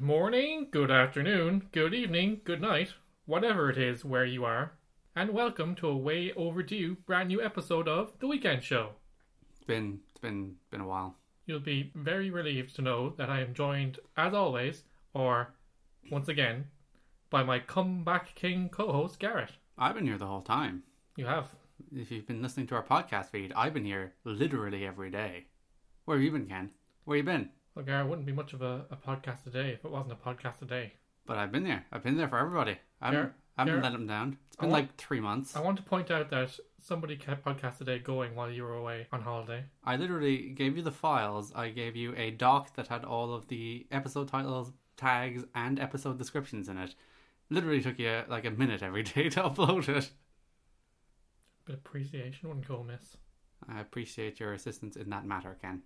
morning, good afternoon, good evening, good night, whatever it is where you are, and welcome to a way overdue brand new episode of The Weekend Show. It's been it's been been a while. You'll be very relieved to know that I am joined, as always, or once again, by my comeback king co host, Garrett. I've been here the whole time. You have. If you've been listening to our podcast feed, I've been here literally every day. Where have you been, Ken? Where you been? Well, Garrett wouldn't be much of a, a podcast today if it wasn't a podcast today. But I've been there. I've been there for everybody. I haven't, Garrett, I haven't Garrett, let them down. It's I been want- like three months. I want to point out that somebody kept podcast today going while you were away on holiday. I literally gave you the files. I gave you a doc that had all of the episode titles, tags, and episode descriptions in it. Literally took you like a minute every day to upload it. But appreciation wouldn't go amiss. I appreciate your assistance in that matter, Ken.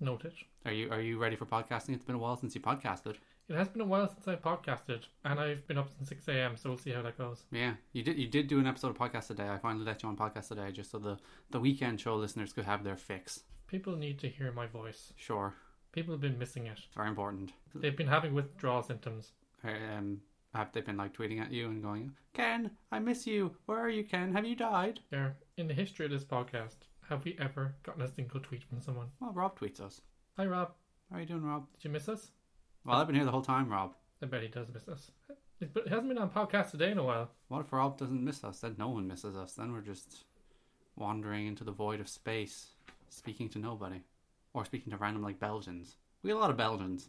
Noted. Are you are you ready for podcasting? It's been a while since you podcasted. It has been a while since I podcasted, and I've been up since 6 a.m., so we'll see how that goes. Yeah, you did. You did do an episode of podcast today. I finally let you on podcast today, just so the the weekend show listeners could have their fix. People need to hear my voice. Sure, People have been missing it. very important. They've been having withdrawal symptoms. Um, have they been like tweeting at you and going, Ken, I miss you. Where are you, Ken? Have you died? There, in the history of this podcast, have we ever gotten a single tweet from someone? Well, Rob tweets us. Hi, Rob. How are you doing, Rob? Did you miss us? Well, I've been here the whole time, Rob. I bet he does miss us. It- But it hasn't been on podcast today in a while. What if Rob doesn't miss us? Then no one misses us. Then we're just wandering into the void of space, speaking to nobody, or speaking to random like Belgians. We get a lot of Belgians.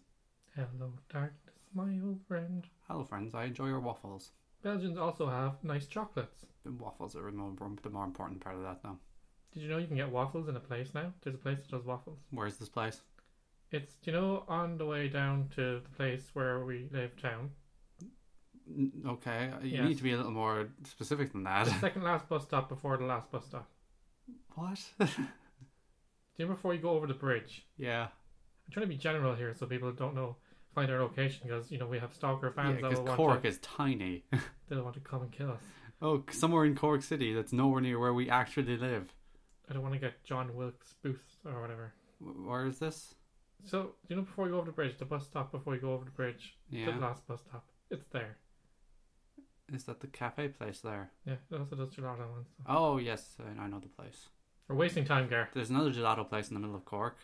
Hello, darkness, my old friend. Hello, friends. I enjoy your waffles. Belgians also have nice chocolates. The waffles are the more, the more important part of that, though. Did you know you can get waffles in a place now? There's a place that does waffles. Where's this place? It's, do you know, on the way down to the place where we live town. N- Okay, you Yes. need to be a little more specific than that. The second last bus stop before the last bus stop. what? Do you know before you go over the bridge? yeah, I'm trying to be general here so people don't know find our location because you know we have stalker fans that because will want Cork to, is tiny. they'll want to come and kill us. oh, somewhere in Cork City that's nowhere near where we actually live. I don't want to get John Wilkes Booth or whatever. Wh- Where is this? So do you know before you go over the bridge, the bus stop before you go over the bridge, the Yeah, last bus stop, it's there. is that the cafe place there? Yeah, it also does gelato ones. So. Oh yes, I- I know the place. We're wasting time, Gar. There's another gelato place in the middle of Cork.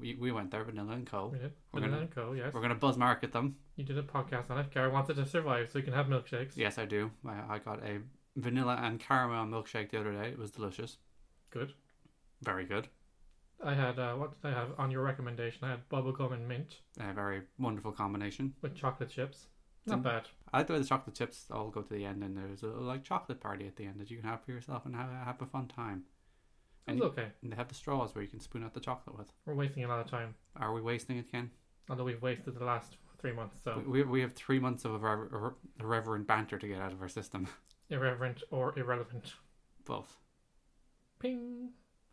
We, we went there, Vanilla and Co. We did. Oh, We're Banana gonna- and Co. Yes, We're gonna buzz market them. you did a podcast on it. Gar wanted to survive, so you can have milkshakes. Yes, I do. I, I got a vanilla and caramel milkshake the other day. It was delicious. Good. Very good. I had uh, what did I have on your recommendation? I had bubblegum and mint A very wonderful combination. with chocolate chips. Not Mm. bad. I like the way the chocolate chips all go to the end, and there's a little, like chocolate party at the end that you can have for yourself and have, have a fun time. It And, was okay. and they have the straws where you can spoon out the chocolate with. We're wasting a lot of time. Are we wasting it, Ken? Although we've wasted the last three months, so We, we have three months of irrever- irre- irreverent banter to get out of our system. irreverent or irrelevant. Both. Ping.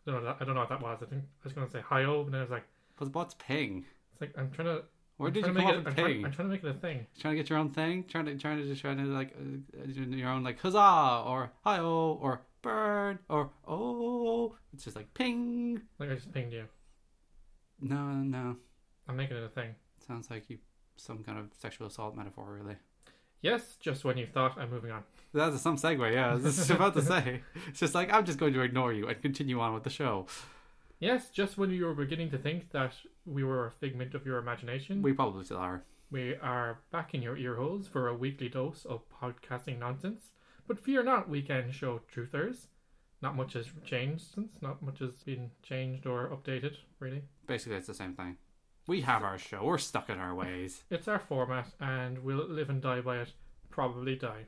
I don't know. That, I don't know what that was. I think I was gonna say hi oh, and then I was like, But what's ping? it's like I'm trying to. Where I'm did you trying come to make up it, I'm, with trying, ping? I'm trying to make it a thing. trying to get your own thing, trying to trying to just trying to like uh, do your own like huzzah or hi oh or burn or oh. It's just like ping. Like I just pinged you. No, no. I'm making it a thing. Sounds like you some kind of sexual assault metaphor, really. Yes, just when you thought. I'm moving on. That's some segue. Yeah, I was just about to say. It's just like I'm just going to ignore you and continue on with the show. Yes, just when you were beginning to think that we were a figment of your imagination, We probably still are. We are back in your ear holes for a weekly dose of podcasting nonsense. But fear not, weekend show truthers. Not much has changed since, not much has been changed or updated, really. Basically, it's the same thing. We have our show. We're stuck in our ways. It's our format, and we'll live and die by it, probably die.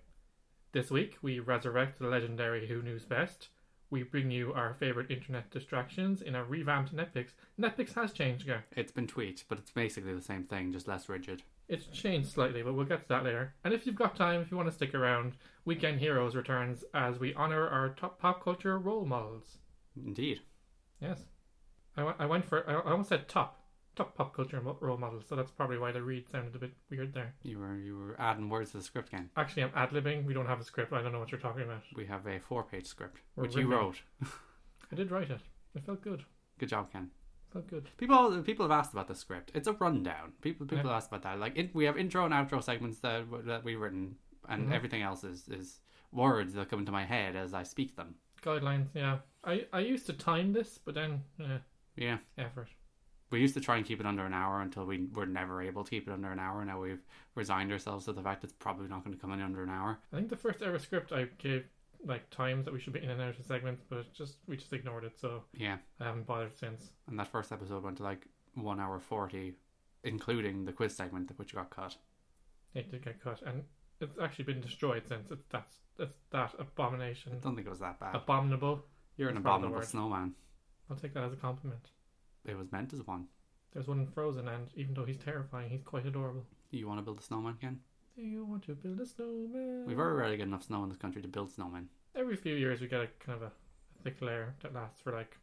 This week, we resurrect the legendary Who News Best. We bring you our favourite internet distractions in a revamped Netflix. Netflix has changed, yeah. It's been tweaked, but it's basically the same thing, just less rigid. It's changed slightly, but we'll get to that later. And if you've got time, if you want to stick around, Weekend Heroes returns as we honor our top pop culture role models. Indeed. Yes. I went- I went for, I I almost said top. Top pop culture mo- role models, so that's probably why the read sounded a bit weird there. You were you were adding words to the script, Ken. Actually, I'm ad libbing. We don't have a script. I don't know what you're talking about. We have a four page script, We're which you ripping. wrote. I did write it. It felt good. Good job, Ken. Oh, good. People people have asked about the script. It's a rundown. People people ask about that. Like in, we have intro and outro segments that that we've written, and Mhm. everything else is is words that come into my head as I speak them. Guidelines, yeah. I, I used to time this, but then, eh, Yeah, effort. we used to try and keep it under an hour until we were never able to keep it under an hour. Now we've resigned ourselves to the fact it's probably not going to come in under an hour. I think the first ever script I gave, like, times that we should be in and out of segments, but just we just ignored it, so Yeah, I haven't bothered since. and that first episode went to like one hour forty, including the quiz segment which got cut. It did get cut, and it's actually been destroyed since. It's, that's, that's that I abomination. don't think it was that bad. Abominable. You're an that's Oh, probably the abominable word. snowman. I'll take that as a compliment. It was meant as one. There's one in Frozen, and even though he's terrifying, he's quite adorable. You want to build a snowman, Ken? Do you want to build a snowman? We very rarely get enough snow in this country to build snowmen. Every few years, we get a kind of a thick layer that lasts for like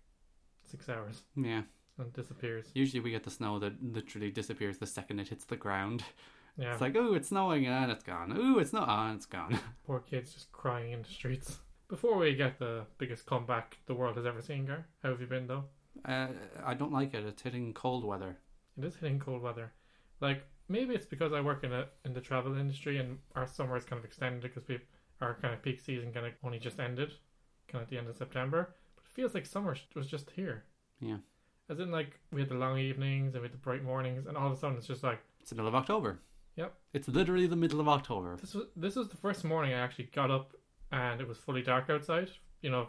six hours Yeah. and disappears. Usually we get the snow that literally disappears the second it hits the ground. Yeah, It's like, ooh, it's snowing and it's gone. Ooh, it's not and it's gone. poor kids just crying in the streets. Before we get the biggest comeback the world has ever seen, Gar, how have you been though? Uh, I don't like it. It's hitting cold weather. It is hitting cold weather. Like maybe it's because I work in a in the travel industry and our summer is kind of extended because we our kind of peak season kind of only just ended, kind of at the end of September. But it feels like summer sh- was just here. Yeah. As in, like we had the long evenings and we had the bright mornings, and all of a sudden it's just like It's the middle of October. Yep. It's literally the middle of October. this was this was the first morning I actually got up and it was fully dark outside. You know,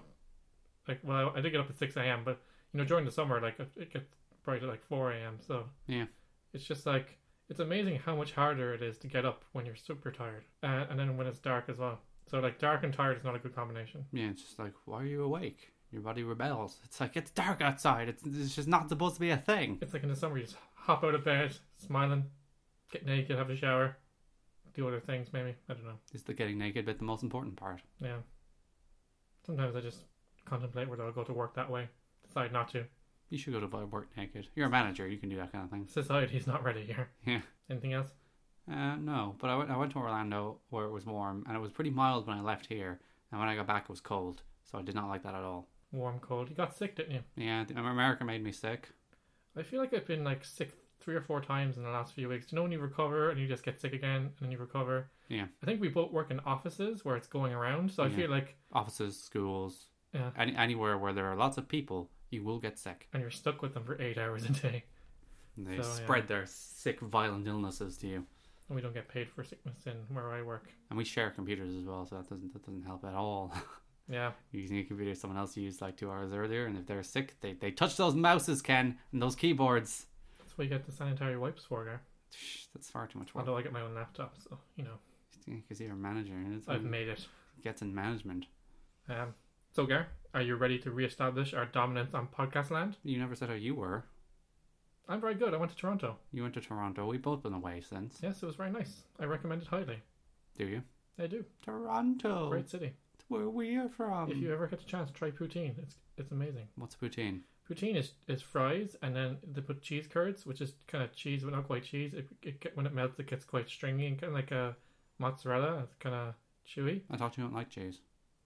like well I, I did get up at six a.m. But you know during the summer like it, it gets bright at like four a.m. So Yeah. it's just like it's amazing how much harder it is to get up when you're super tired uh, and then when it's dark as well. So like dark and tired is not a good combination. Yeah, it's just like, why are you awake? Your body rebels. It's like, it's dark outside. It's, it's just not supposed to be a thing. It's like in the summer you just hop out of bed smiling, get naked, have a shower, do other things maybe I don't know. It's the getting naked bit the most important part. Yeah. Sometimes I just contemplate whether I'll go to work that way. Decide not to. You should go to work naked. You're a manager. You can do that kind of thing. Society's not ready here. Yeah. Anything else? Uh, no, but I went, I went to Orlando where it was warm and it was pretty mild when I left here. And when I got back, it was cold. So I did not like that at all. Warm, cold. You got sick, didn't you? Yeah, the- America made me sick. I feel like I've been like sick three or four times in the last few weeks. Do you know when you recover and you just get sick again and then you recover? Yeah. I think we both work in offices where it's going around, so I Yeah. feel like Offices, schools, Yeah. any, anywhere where there are lots of people, you will get sick. and you're stuck with them for eight hours a day, And they So, yeah. spread their sick, violent illnesses to you. and we don't get paid for sickness in where I work. And we share computers as well, so that doesn't that doesn't help at all. Yeah. Using a computer someone else used like two hours earlier, and if they're sick, they, they touch those mouses, Ken, and those keyboards. That's what you get the sanitary wipes for, Gar. Shh, That's far too much work. Although I get my own laptop, so you know Because you're a manager, and it's I've made it. gets in management. Um, so, Gar, are you ready to reestablish our dominance on podcast land? You never said how you were. I'm very good. I went to Toronto. You went to Toronto. We've both been away since. Yes, it was very nice. I recommend it highly. Do you? I do. Toronto. Great city. It's where we're from. if you ever get a chance, try poutine. It's it's amazing. What's poutine? Poutine is, is fries, and then they put cheese curds, which is kind of cheese, but not quite cheese. It, it get- when it melts, it gets quite stringy and kind of like a mozzarella. It's kind of chewy, I thought you don't like cheese.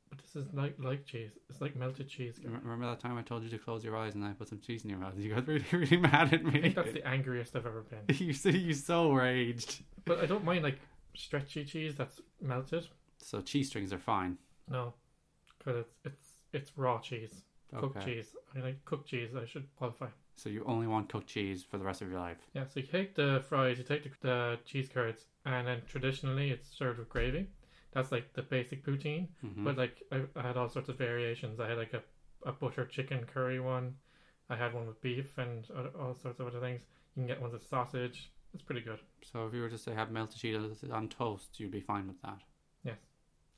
but this is like like cheese. It's like melted cheese. You re- Remember that time I told you to close your eyes and I put some cheese in your mouth? You got really, really mad at I me. think that's the angriest I've ever been. you so you so raged. But I don't mind like stretchy cheese that's melted. So cheese strings are fine. No, because it's it's it's raw cheese, cooked Okay. cheese. I mean, like cooked cheese. I should qualify. So you only want cooked cheese for the rest of your life. Yeah, so you take the fries, you take the, the cheese curds, and then traditionally it's served with gravy. That's like the basic poutine. Mhm. But like I, I had all sorts of variations. I had like a a buttered chicken curry one. I had one with beef and o- all sorts of other things. You can get ones with sausage. It's pretty good. so if you were to say have melted cheese on toast, you'd be fine with that. Yes,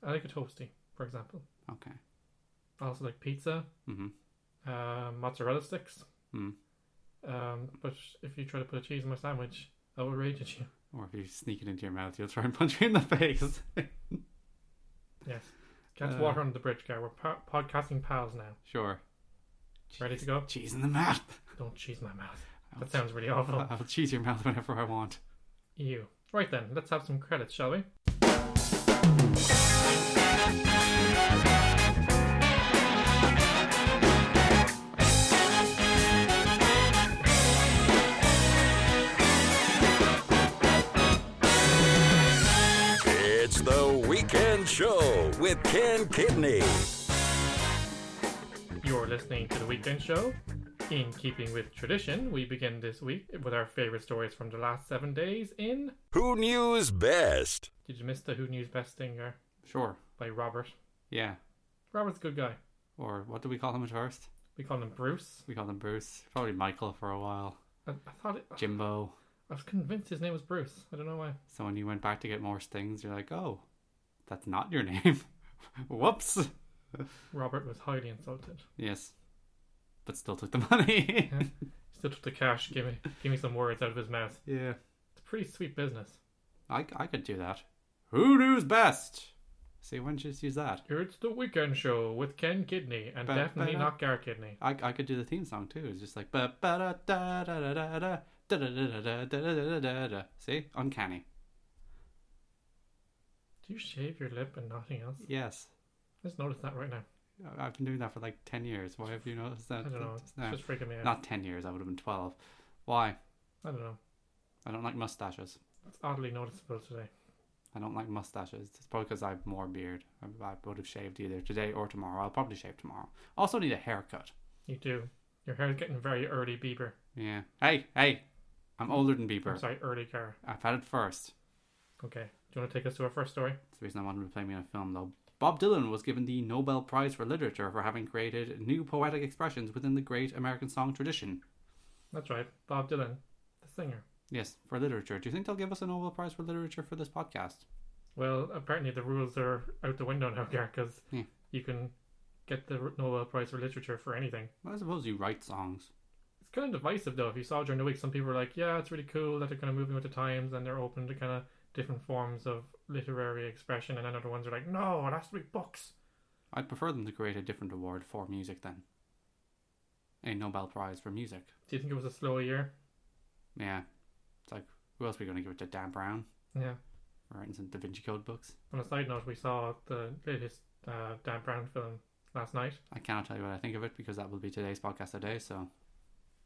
I like a toasty, for example. Okay. I also like pizza, Mm-hmm. uh, mozzarella sticks. Mm. Um, but if you try to put a cheese in my sandwich, I will rage at you. Or if you sneak it into your mouth, you'll try and punch me in the face. Yes, cats Uh. water under the bridge, guy. We're po- podcasting pals now. sure. Ready to go? Cheese in the mouth. Don't cheese my mouth. I'll That sounds really awful. I'll cheese your mouth whenever I want. Ew. Right then, let's have some credits, shall we? Show with Ken Kidney. You're listening to The Weekend Show. In keeping with tradition, we begin this week with our favourite stories from the last seven days in. Who News Best? Did you miss the Who News Best Stinger Sure. by Robert? Yeah. Robert's a good guy. Or what do we call him at first? We call him Bruce. We call him Bruce. Probably Michael for a while. I, I thought it, Jimbo. I was convinced his name was Bruce. I don't know why. So when you went back to get more stings, you're like, oh, that's not your name. Whoops. Robert was highly insulted. Yes. But still took the money. Still took the cash. Give me, give me some words out of his mouth. yeah. It's pretty sweet business. I, I could do that. Who knows best? See, when should use that? It's the weekend show with Ken Kidney and Ba- definitely ba- not Gar Kidney. I, I could do the theme song too. It's just like ba ba da da da da da da da da da da da da da da da da. See, uncanny. Do you shave your lip and nothing else? Yes, Just notice that right now. I- I've been doing that for like ten years. Why have you noticed that? I don't know. It's Just now? just freaking me out. Not ten years. I would have been twelve. Why? I don't know. I don't like mustaches. It's oddly noticeable today. I don't like mustaches. It's probably because I have more beard. I, I would have shaved either today or tomorrow. I'll probably shave tomorrow. Also need a haircut. You do. Your hair's getting very early Bieber. Yeah. Hey, hey. I'm older than Bieber. I'm sorry, early Gar. I've had it first. Okay. Do you want to take us to our first story? That's the reason I wanted to play me in a film, though. Bob Dylan was given the Nobel Prize for Literature for having created new poetic expressions within the great American song tradition. That's right. Bob Dylan, the singer. Yes, for literature. Do you think they'll give us a Nobel Prize for Literature for this podcast? Well, apparently the rules are out the window now, Gar, because Yeah. you can get the Nobel Prize for Literature for anything. Well, I suppose you write songs. It's kind of divisive though. If you saw during the week, some people were like, "Yeah, it's really cool that they're kind of moving with the times and they're open to kind of different forms of literary expression," and then other ones are like, "No, it has to be books." I'd prefer them to create a different award for music then. A Nobel Prize for music. Do you think it was a slow year? Yeah. It's like, who else are we going to give it to? Dan Brown? Yeah. Writing some Da Vinci Code books? On a side note, we saw the latest uh, Dan Brown film last night. I cannot tell you what I think of it because that will be today's podcast today, so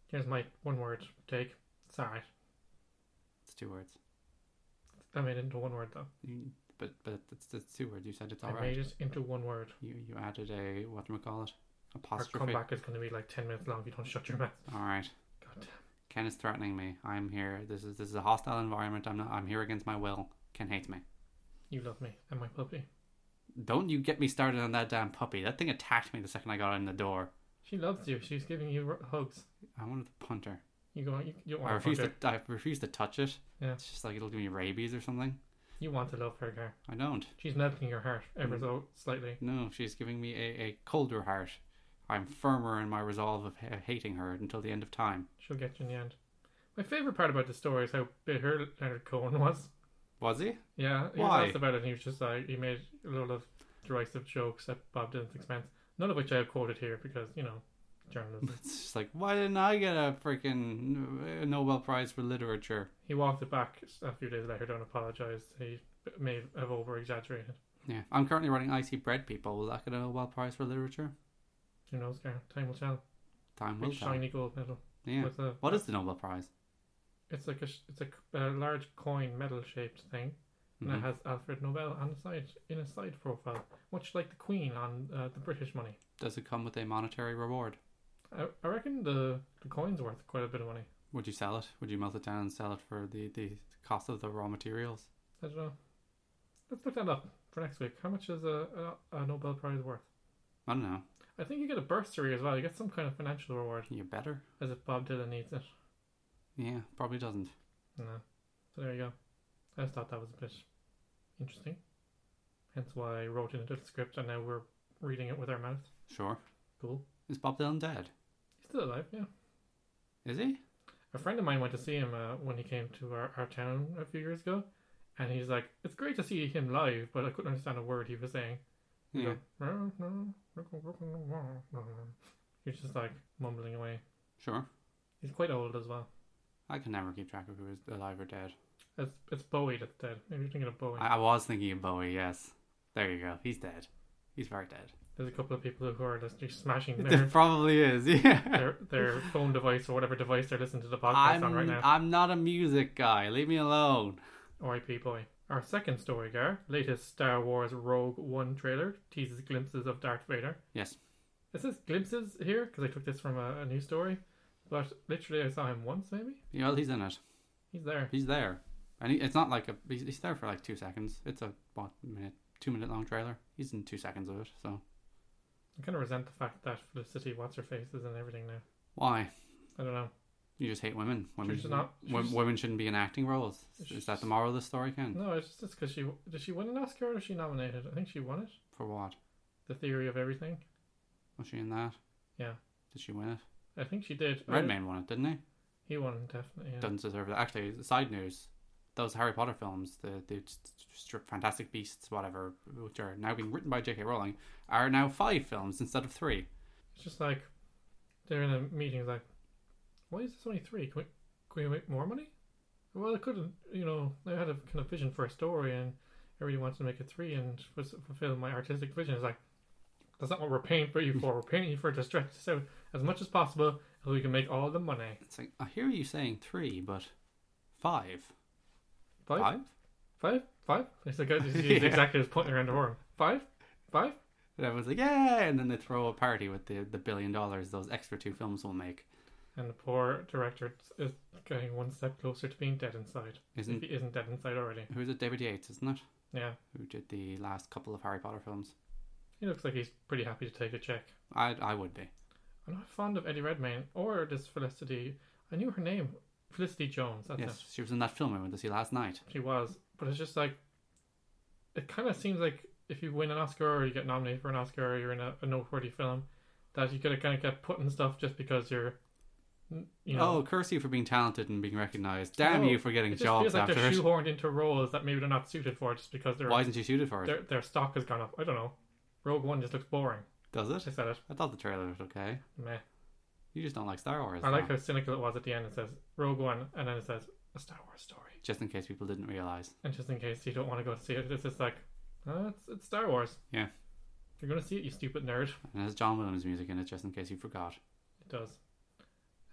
Here's my one-word take. Sorry, it's two words. I made it into one word though. You, but but it's, it's two words. You said it's I alright. made it into one word. You you added a what do we call it? Our Apostrophe. comeback is going to be like ten minutes long if you don't shut your mouth. All right. God damn. Ken is threatening me. I'm here. This is this is a hostile environment. I'm not. I'm here against my will. Ken hates me. You love me and my puppy. Don't you get me started on that damn puppy. That thing attacked me the second I got in the door. She loves you. She's giving you r- hugs. I wanted to punt her. You go. You, you I want to refuse hug her. to. I refuse to touch it. Yeah. It's just like it'll give me rabies or something. You want to love her, Gar. I don't. She's melting your heart Mm. ever so slightly. No, she's giving me a, a colder heart. I'm firmer in my resolve of ha- hating her until the end of time. She'll get you in the end. My favorite part about the story is how bitter Leonard Cohen was. Was he? Yeah, he Why? was asked about it and he was just like, he made a lot of derisive jokes at Bob Dylan's expense. None of which I have quoted here because, you know, journalism. It's just like, why didn't I get a freaking uh, Nobel Prize for literature? he walked it back a few days later and apologized. He may have over exaggerated. Yeah, I'm currently writing Icy Bread People. Will that get a Nobel Prize for literature? Who knows, Gar? Time will tell. Time will Big tell. shiny gold medal. Yeah. With a, What is the Nobel Prize? It's like a, sh- it's a, c- a large coin medal shaped thing. and Mhm. it has Alfred Nobel on the side in a side profile, much like the Queen on uh, the British money. Does it come with a monetary reward? I, I reckon the, the coin's worth quite a bit of money. Would you sell it? Would you melt it down and sell it for the, the cost of the raw materials? I don't know. Let's look that up for next week. How much is a, a, a Nobel Prize worth? I don't know. I think you get a bursary as well. You get some kind of financial reward, You better? as if Bob Dylan needs it. Yeah, probably doesn't. No. So there you go. I just thought that was a bit interesting. Hence why I wrote it into the script, and now we're reading it with our mouth. Sure. Cool. Is Bob Dylan dead? He's still alive, yeah. Is he? A friend of mine went to see him uh, when he came to our, our town a few years ago, and he's like, "It's great to see him live," but I couldn't understand a word he was saying. He'd Yeah. go, He's just like mumbling away. Sure. He's quite old as well. I can never keep track of who is alive or dead. It's it's Bowie that's dead. Maybe you're thinking of Bowie. I, I was thinking of Bowie, yes. There you go. He's dead. He's very dead. There's a couple of people who are listening, smashing There their, probably is, yeah. their their phone device or whatever device they're listening to the podcast I'm, on right now. I'm not a music guy. Leave me alone. R.I.P. Bowie. Our second story, Gar, latest Star Wars Rogue One trailer teases glimpses of Darth Vader. Yes. It says glimpses here because I took this from a, a news story, but literally I saw him once maybe. Yeah, well, he's in it. He's there. He's there. And he, it's not like a. He's, he's there for like two seconds. It's a what, minute, two minute long trailer. He's in two seconds of it. So I kind of resent the fact that Felicity, what's her face, is in everything now. why I don't know. you just hate women? Women, She's not- wo- she's- women shouldn't be in acting roles. Is She's- that the moral of the story, Ken? No, it's just because she did she win an Oscar or was she nominated? I think she won it. For what The Theory of Everything. was she in that? Yeah. Did she win it? I think she did. I- Redmayne won it, didn't he? He won definitely. Yeah. Doesn't deserve it. Actually, side news: those Harry Potter films, the the s- s- Fantastic Beasts, whatever, which are now being written by J.K. Rowling, are now five films instead of three. It's just like they're in a meeting. It's like, why is this only three? Can we can we make more money? Well, I couldn't. You know, I had a kind of vision for a story, and I really wanted to make it three and was fulfill my artistic vision. It's like that's not what we're paying for you for. We're paying you for to stretch this out as much as possible so we can make all the money. It's like I hear you saying three, but five, Five, five, five. five. It's the guy who's Yeah. exactly who's pointing around the horn. Five, five. And everyone's like, yeah, and then they throw a party with the the billion dollars those extra two films will make. And the poor director is getting one step closer to being dead inside. Isn't- if he isn't dead inside already? Who's it? David Yates, isn't it? Yeah. Who did the last couple of Harry Potter films? He looks like he's pretty happy to take a check. I I would be. I'm not fond of Eddie Redmayne or this Felicity. I knew her name, Felicity Jones. That's yes, she was in that film I went to see last night. it. She was, but it's just like it kind of seems like if you win an Oscar or you get nominated for an Oscar or you're in a, a noteworthy film, that you could kind of get put in stuff just because you're, you know. Oh, curse you for being talented and being recognised. Damn No, you for getting it just jobs feels like after they're it. shoehorned into roles that maybe they're not suited for just because their Why isn't she suited for it? their their stock has gone up. I don't know. Rogue One just looks boring. Does I it? said it. I thought the trailer was okay. Meh. You just don't like Star Wars. I like huh? how cynical it was at the end. It says Rogue One, and then it says a Star Wars story. Just in case people didn't realize. And just in case you don't want to go see it, it's just like, uh, it's, it's Star Wars. Yeah. If you're going to see it, you stupid nerd. And it has John Williams music in it, just in case you forgot. It does.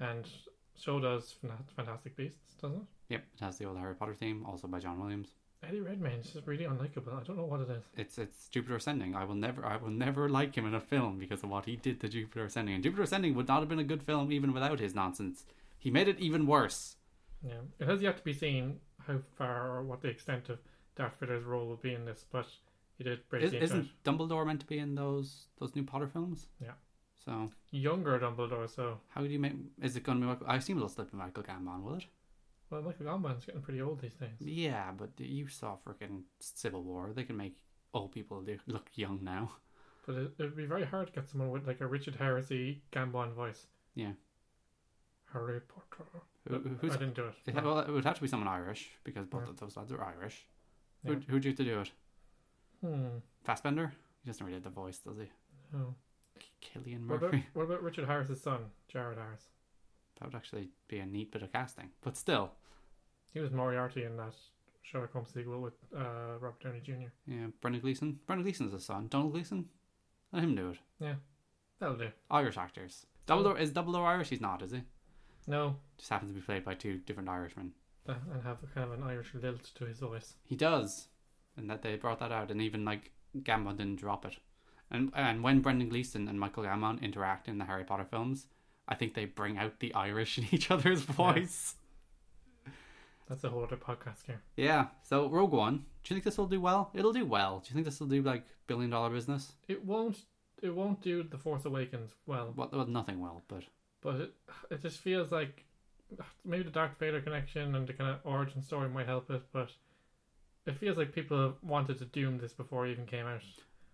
And so does Fan- Fantastic Beasts, doesn't it? Yep, it has the old Harry Potter theme, also by John Williams. Eddie Redmayne is just really unlikable. I don't know what it is. It's it's Jupiter Ascending. I will never I will never like him in a film because of what he did to Jupiter Ascending. And Jupiter Ascending would not have been a good film even without his nonsense. He made it even worse. Yeah. It has yet to be seen how far or what the extent of Darth Vader's role will be in this, but he did break Is, the internet. isn't Dumbledore meant to be in those those new Potter films? Yeah. So Younger Dumbledore, so. how do you make? Is it going to be? Michael- I assume it'll slip in Michael Gambon, will it? Well, Michael Gambon's getting pretty old these days. Yeah, but you saw freaking Civil War. They can make old people do- look young now. But it, it'd be very hard to get someone with like a Richard Harrisy Gambon voice. Yeah. Harry Potter. Who, who's I didn't do it. it, ha- well, it would have to be someone Irish because both Yeah. of those lads are Irish. Yeah. Who, who'd you have to do it? Hmm. Fassbender? He doesn't really have the voice, does he? No. Killian What about Murphy. what about Richard Harris's son, Jared Harris? That would actually be a neat bit of casting. But still, He was Moriarty in that Sherlock Holmes sequel with uh, Robert Downey Jr. yeah, Brendan Gleeson. Brendan Gleeson's his son. Donald Gleeson. Let him do it. That'll do. Irish actors. Double O is Double O Irish? He's not, is he? No, Just happens to be played by two different Irishmen. uh, and have kind of an Irish lilt to his voice. He does, and that they brought that out, and even like Gambon didn't drop it. And and when Brendan Gleeson and Michael Gambon interact in the Harry Potter films, I think they bring out the Irish in each other's voice. That's a whole other podcast here. Yeah. So Rogue One, do you think this will do well? It'll do well. Do you think this will do like billion dollar business? It won't. It won't do the Force Awakens well, Well, well nothing will, but but it it just feels like maybe the Darth Vader connection and the kind of origin story might help it, but it feels like people wanted to doom this before it even came out.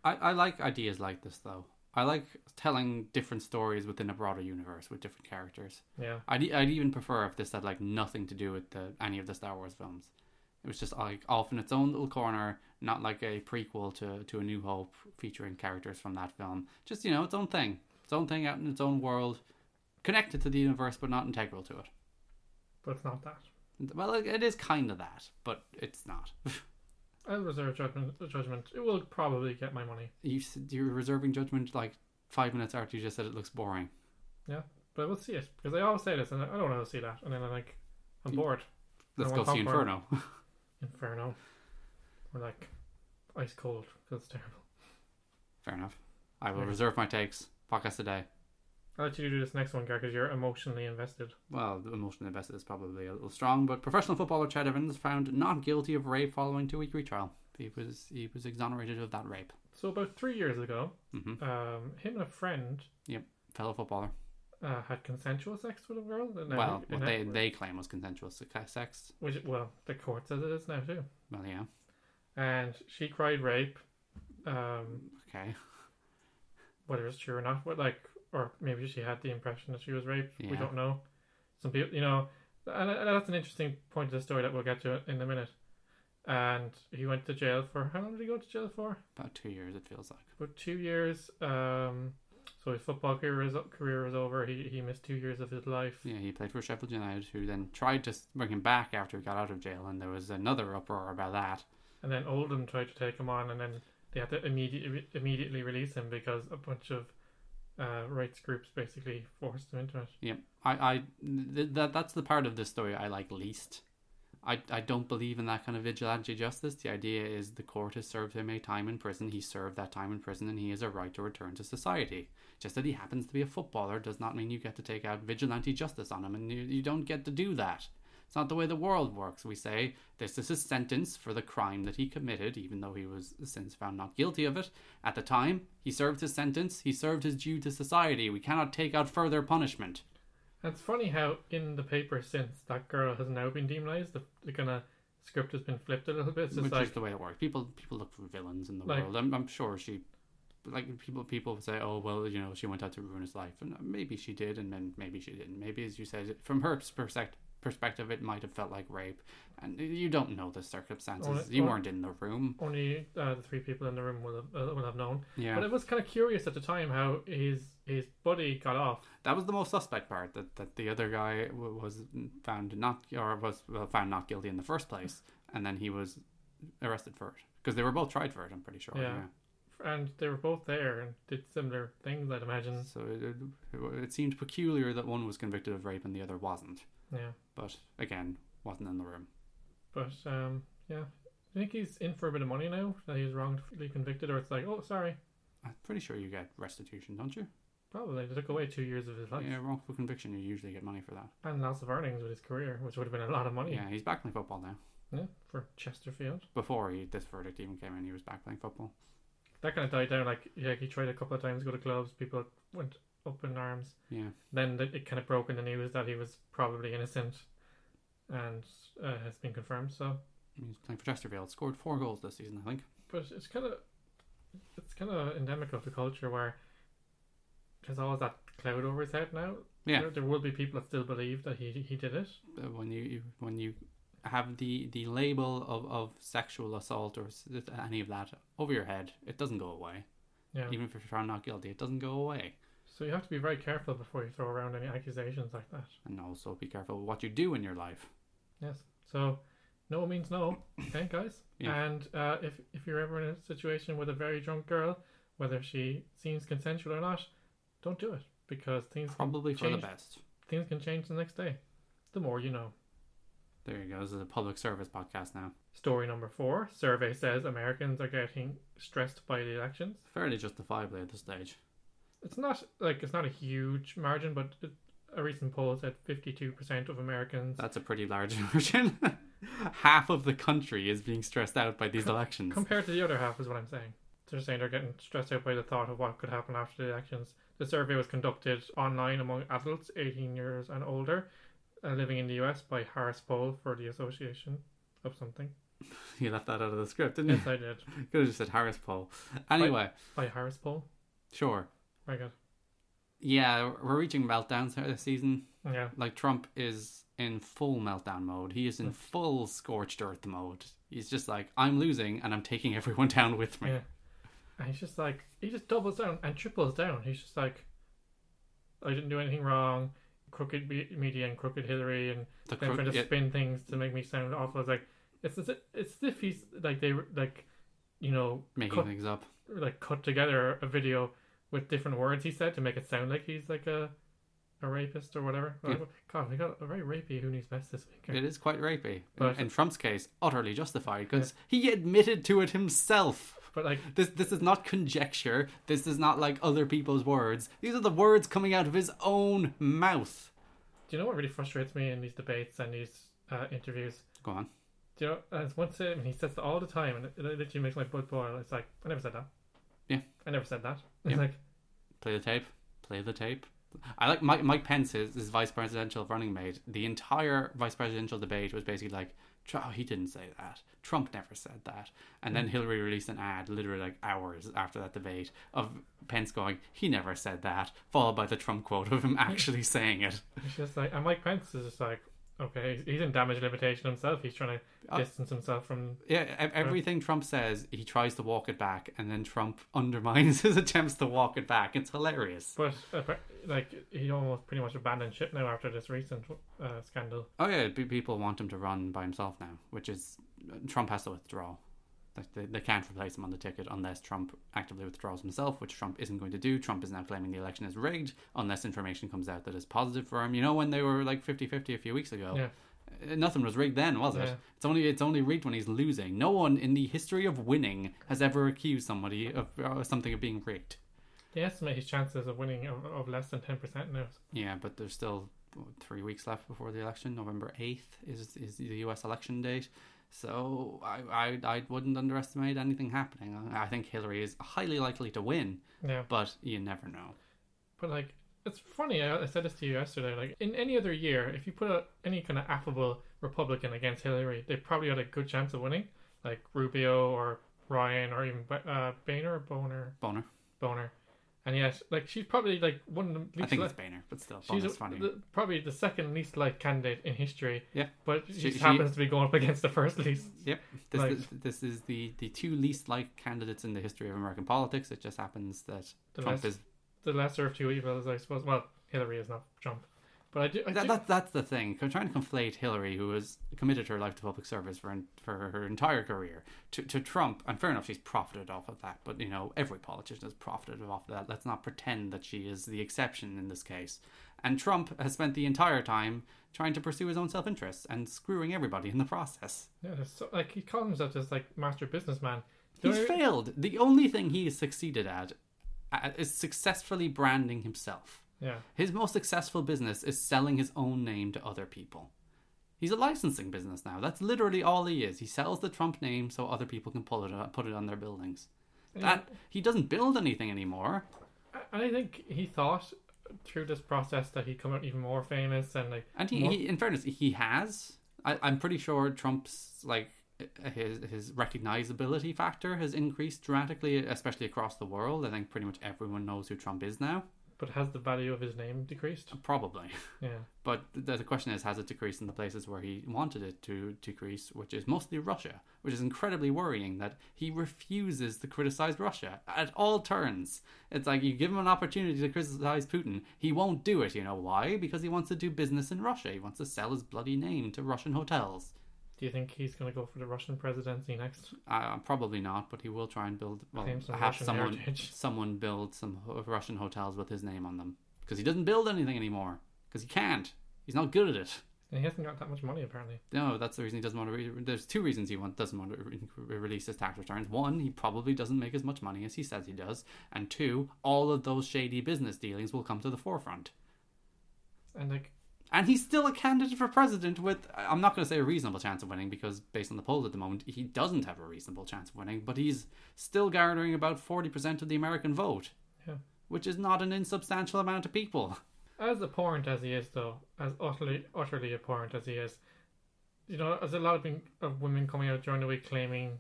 I, I like ideas like this though. I like telling different stories within a broader universe with different characters. Yeah, I'd, e, I'd even prefer if this had like nothing to do with the, any of the Star Wars films. It was just like off in its own little corner, not like a prequel to, to A New Hope featuring characters from that film. Just, you know, its own thing. Its own thing out in its own world, connected to the universe but not integral to it. but it's not that. Well, it- it is kind of that, but it's not. I'll reserve judgment. Judgment. It will probably get my money, you, s- you're reserving judgment like five minutes after you just said it looks boring. but I will see it because I always say this, and I I don't want to see that, and then I'm like, I'm bored. Let's I go want see popcorn. Inferno. Inferno. were like ice cold because it's terrible. Fair enough. I will Yeah. reserve my takes. Podcast today. I'll let you do this next one, Gar, because you're emotionally invested. Well, the emotion invested is probably a little strong, but professional footballer Chad Evans found not guilty of rape following two-week retrial. He was he was exonerated of that rape. So about three years ago, hmm um, him and a friend Fellow footballer. uh, had consensual sex with a girl. in a- well, in what a- they they claim was consensual se- sex. which well, the court says it is now too. Well, yeah. And she cried rape. Um, Okay. whether it's true or not, but like, or maybe she had the impression that she was raped. We Yeah. don't know. Some people, you know, and and that's an interesting point of the story that we'll get to in a minute. And he went to jail for how long did he go to jail for? About two years, it feels like. For two years. Um, so his football career is career was over. He he missed two years of his life. Yeah, he played for Sheffield United, who then tried to s- bring him back after he got out of jail, and there was another uproar about that. And then Oldham tried to take him on, and then they had to immediately immediately release him because a bunch of uh, rights groups basically forced him into it. Yep. I, I th- that that's the part of this story I like least. I, I don't believe in that kind of vigilante justice. The idea is the court has served him a time in prison. He served that time in prison, and he has a right to return to society. Just that he happens to be a footballer does not mean you get to take out vigilante justice on him, and you, you don't get to do that. It's not the way the world works. We say this is his sentence for the crime that he committed, even though he was since found not guilty of it. At the time, he served his sentence. He served his due to society. We cannot take out further punishment. And it's funny how in the paper since that girl has now been demonized, the, the kind of script has been flipped a little bit. It's just which like is the way it works. People people look for villains in the Like- world. I'm, I'm sure she, like people people say, oh well, you know, she went out to ruin his life, and uh, maybe she did, and then maybe she didn't. Maybe as you said, from her perspective perspective it might have felt like rape and you don't know the circumstances Only- you only- weren't in the room only uh, the three people in the room will have, uh, will have known. yeah But it was kind of curious at the time how his his buddy got off. that was the most suspect part that, that the other guy w- was found not or was well, found not guilty in the first place and then he was arrested for it because they were both tried for it i'm pretty sure Yeah. And they were both there and did similar things, I'd imagine. So it, it, it seemed peculiar that one was convicted of rape and the other wasn't. Yeah. But again, wasn't in the room. But um, yeah, I think he's in for a bit of money now that he was wrongfully convicted, or it's like, oh, sorry, I'm pretty sure you get restitution, don't you? probably they took away two years of his life Yeah, wrongful conviction, you usually get money for that. and loss of earnings with his career, which would have been a lot of money. Yeah, he's back playing football now. yeah for Chesterfield. Before he, this verdict even came in, he was back playing football. that kind of died down. Like, yeah, he tried a couple of times to go to clubs. People went up in arms. Yeah. Then th- it kind of broke in the news that he was probably innocent, and uh, has been confirmed. So, He's playing for Chesterfield. Scored four goals this season, I think. but it's kind of it's kind of endemic of the culture where there's always that cloud over his head now. Yeah. There, there will be people that still believe that he he did it. Uh, When you, you when you have the, the label of, of sexual assault or s- any of that over your head, it doesn't go away. Yeah. Even if you're found not guilty, it doesn't go away. So you have to be very careful before you throw around any accusations like that. And also be careful what you do in your life. Yes. So no means no. Okay, guys. Yeah. And uh, if if you're ever in a situation with a very drunk girl, whether she seems consensual or not, don't do it because things can Probably for change- the best. Things can change the next day. The more you know. There you go. This is a public service podcast now. Story number four: Survey says Americans are getting stressed by the elections. Fairly justifiably at this stage. It's not like it's not a huge margin, but it, a recent poll said 52% of Americans That's a pretty large margin. Half of the country is being stressed out by these elections. Compared to the other half, is what I'm saying. They're saying they're getting stressed out by the thought of what could happen after the elections. The survey was conducted online among adults 18 years and older uh, living in the US by Harris Poll for the Association of something. you left that out of the script, didn't you? Yes, I did. Could have just said Harris poll. Anyway, By Harris Poll? sure. Very good. Yeah, we're reaching meltdowns here this season. Yeah. Like Trump is in full meltdown mode. He is in full scorched earth mode. He's just like, I'm losing and I'm taking everyone down with me. Yeah. And he's just like, he just doubles down and triples down. He's just like, I didn't do anything wrong. Crooked me- media and crooked Hillary and The them crook- trying to yeah, spin things to make me sound awful. It's like it's as if, it's as if he's like they were like you know making cut, things up. like cut together a video with different words he said to make it sound like he's like a a rapist or whatever. Yeah. God, we got a very rapey Who News Best this week. It is quite rapey. But- in, in Trump's case, utterly justified because he admitted to it himself. But like, This this is not conjecture. This is not like other people's words. These are the words coming out of his own mouth. do you know what really frustrates me in these debates and these uh, interviews? Go on. Do you know, there's one statement he says it all the time, and it, it literally makes my blood boil. It's like I never said that. Yeah. I never said that. It's Yeah. like Play the tape. Play the tape. I like Mike, Mike Pence, his, his vice presidential running mate. The entire vice presidential debate was basically like, "Tr- oh, he didn't say that. Trump never said that. And then Hillary released an ad literally like hours after that debate of Pence going, he never said that, followed by the Trump quote of him actually saying it. it's just like, and Mike Pence is just like, okay, he's, he's in damage limitation himself. He's trying to Uh, distance himself from. Yeah, ev- everything Trump says, he tries to walk it back, and then Trump undermines his attempts to walk it back. It's hilarious. But uh, like, he almost pretty much abandoned ship now after this recent uh, scandal. Oh yeah, pe- people want him to run by himself now, which is Trump has to withdraw. Like they, they can't replace him on the ticket unless Trump actively withdraws himself, which Trump isn't going to do. Trump is now claiming the election is rigged unless information comes out that is positive for him. You know when they were like 50-50 a few weeks ago. Yeah. Uh, Nothing was rigged then, was it? Yeah. It's only it's only rigged when he's losing. No one in the history of winning has ever accused somebody of uh, something of being rigged. They estimate his chances of winning of, of less than ten percent now. Yeah, but there's still what, three weeks left before the election. November eighth is is the U.S. election date, so I I, I wouldn't underestimate anything happening. I I think Hillary is highly likely to win, Yeah. but you never know. But like, it's funny. I, I said this to you yesterday. Like, in any other year, if you put a, any kind of affable Republican against Hillary, they probably had a good chance of winning, like Rubio or Ryan or even uh, Boehner, Boner, Boner, Boner. And yet, like, she's probably like one of the least. I think li- it's Boehner, but still, She's Boner's funny. the- probably the second least liked candidate in history. Yeah. But she, She- just she- happens to be going up against the first least. Yep, this Like- is, this is the the two least liked candidates in the history of American politics. It just happens that The Trump less- is The lesser of two evils, I suppose. Well, Hillary is not Trump. But I do. I That, do- that, that's the thing. I'm trying to conflate Hillary, who has committed her life to public service for for her entire career, to, to Trump. And fair enough, she's profited off of that. But you know, every politician has profited off of that. Let's not pretend that she is the exception in this case. And Trump has spent the entire time trying to pursue his own self interests and screwing everybody in the process. yeah, there's so, like he calls himself this like master businessman. Do He's I- failed. The only thing he has succeeded at uh, is successfully branding himself. Yeah. His most successful business is selling his own name to other people. He's a licensing business now. That's literally all he is. He sells the Trump name so other people can pull it up, put it on their buildings. That he doesn't build anything anymore. And I think he thought through this process that he'd come out even more famous and like And he, more- he in fairness, he has. I, I'm pretty sure Trump's like his his recognizability factor has increased dramatically, especially across the world. I think pretty much everyone knows who Trump is now. but has the value of his name decreased? Probably. Yeah. But the, the question is, has it decreased in the places where he wanted it to decrease, which is mostly Russia, which is incredibly worrying that he refuses to criticize Russia at all turns. It's like you give him an opportunity to criticize Putin, he won't do it. You know why? Because he wants to do business in Russia. He wants to sell his bloody name to Russian hotels. Do you think he's gonna go for the Russian presidency next? Uh, probably not, but he will try and build, well, Claim some have Russian someone, heritage. someone build some ho- Russian hotels with his name on them. Because he doesn't build anything anymore. Because he can't. He's not good at it. And he hasn't got that much money apparently. No, that's the reason he doesn't want to. Re- There's two reasons he want, doesn't want to re- re- release his tax returns. One, he probably doesn't make as much money as he says he does, and two, all of those shady business dealings will come to the forefront. And like And he's still a candidate for president with, I'm not going to say a reasonable chance of winning because based on the polls at the moment, he doesn't have a reasonable chance of winning, but he's still garnering about 40% of the American vote, Yeah. which is not an insubstantial amount of people. as abhorrent as he is though, as utterly utterly abhorrent as he is, you know, there's a lot of, being, of women coming out during the week claiming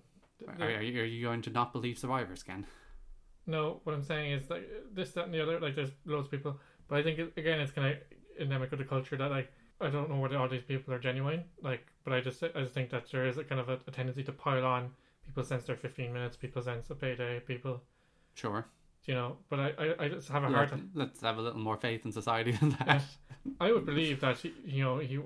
Are, are, you, are you going to not believe survivors, Ken? No, what I'm saying is like this, that, and the other. Like there's loads of people, but I think it, again it's kind of endemic of the culture that like I don't know whether all these people are genuine. Like, but I just I just think that there is a kind of a, a tendency to pile on. People sense their 15 minutes. People sense a payday. People, Sure. you know. But I I, I just have a hard Let, time. let's have a little more faith in society than that. I would believe that you know he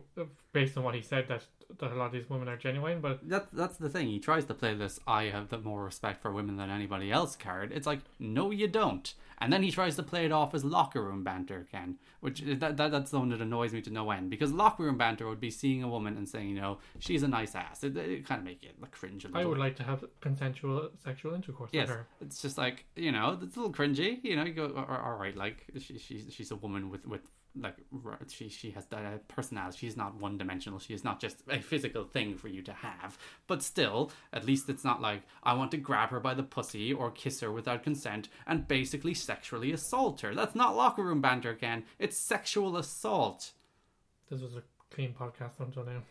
based on what he said that that a lot of these women are genuine, but That, that's the thing. He tries to play this I have the more respect for women than anybody else card. It's like, no, you don't. And then he tries to play it off as locker room banter, Ken, which that, that that's the one that annoys me to no end. Because locker room banter would be seeing a woman and saying, you know, she's a nice ass. It, it kind of make it look cringe a little. I would like to have consensual sexual intercourse Yes, with her. it's just like you know, it's a little cringy. You know, you go, "All- all all right, like she, she's she's a woman with with like r- she she has that uh, personality. She's not one dimensional. She is not just a physical thing for you to have. But still, at least it's not like I want to grab her by the pussy or kiss her without consent and basically sexually assault her. That's not locker room banter, Ken. It's sexual assault. This was a clean podcast until now.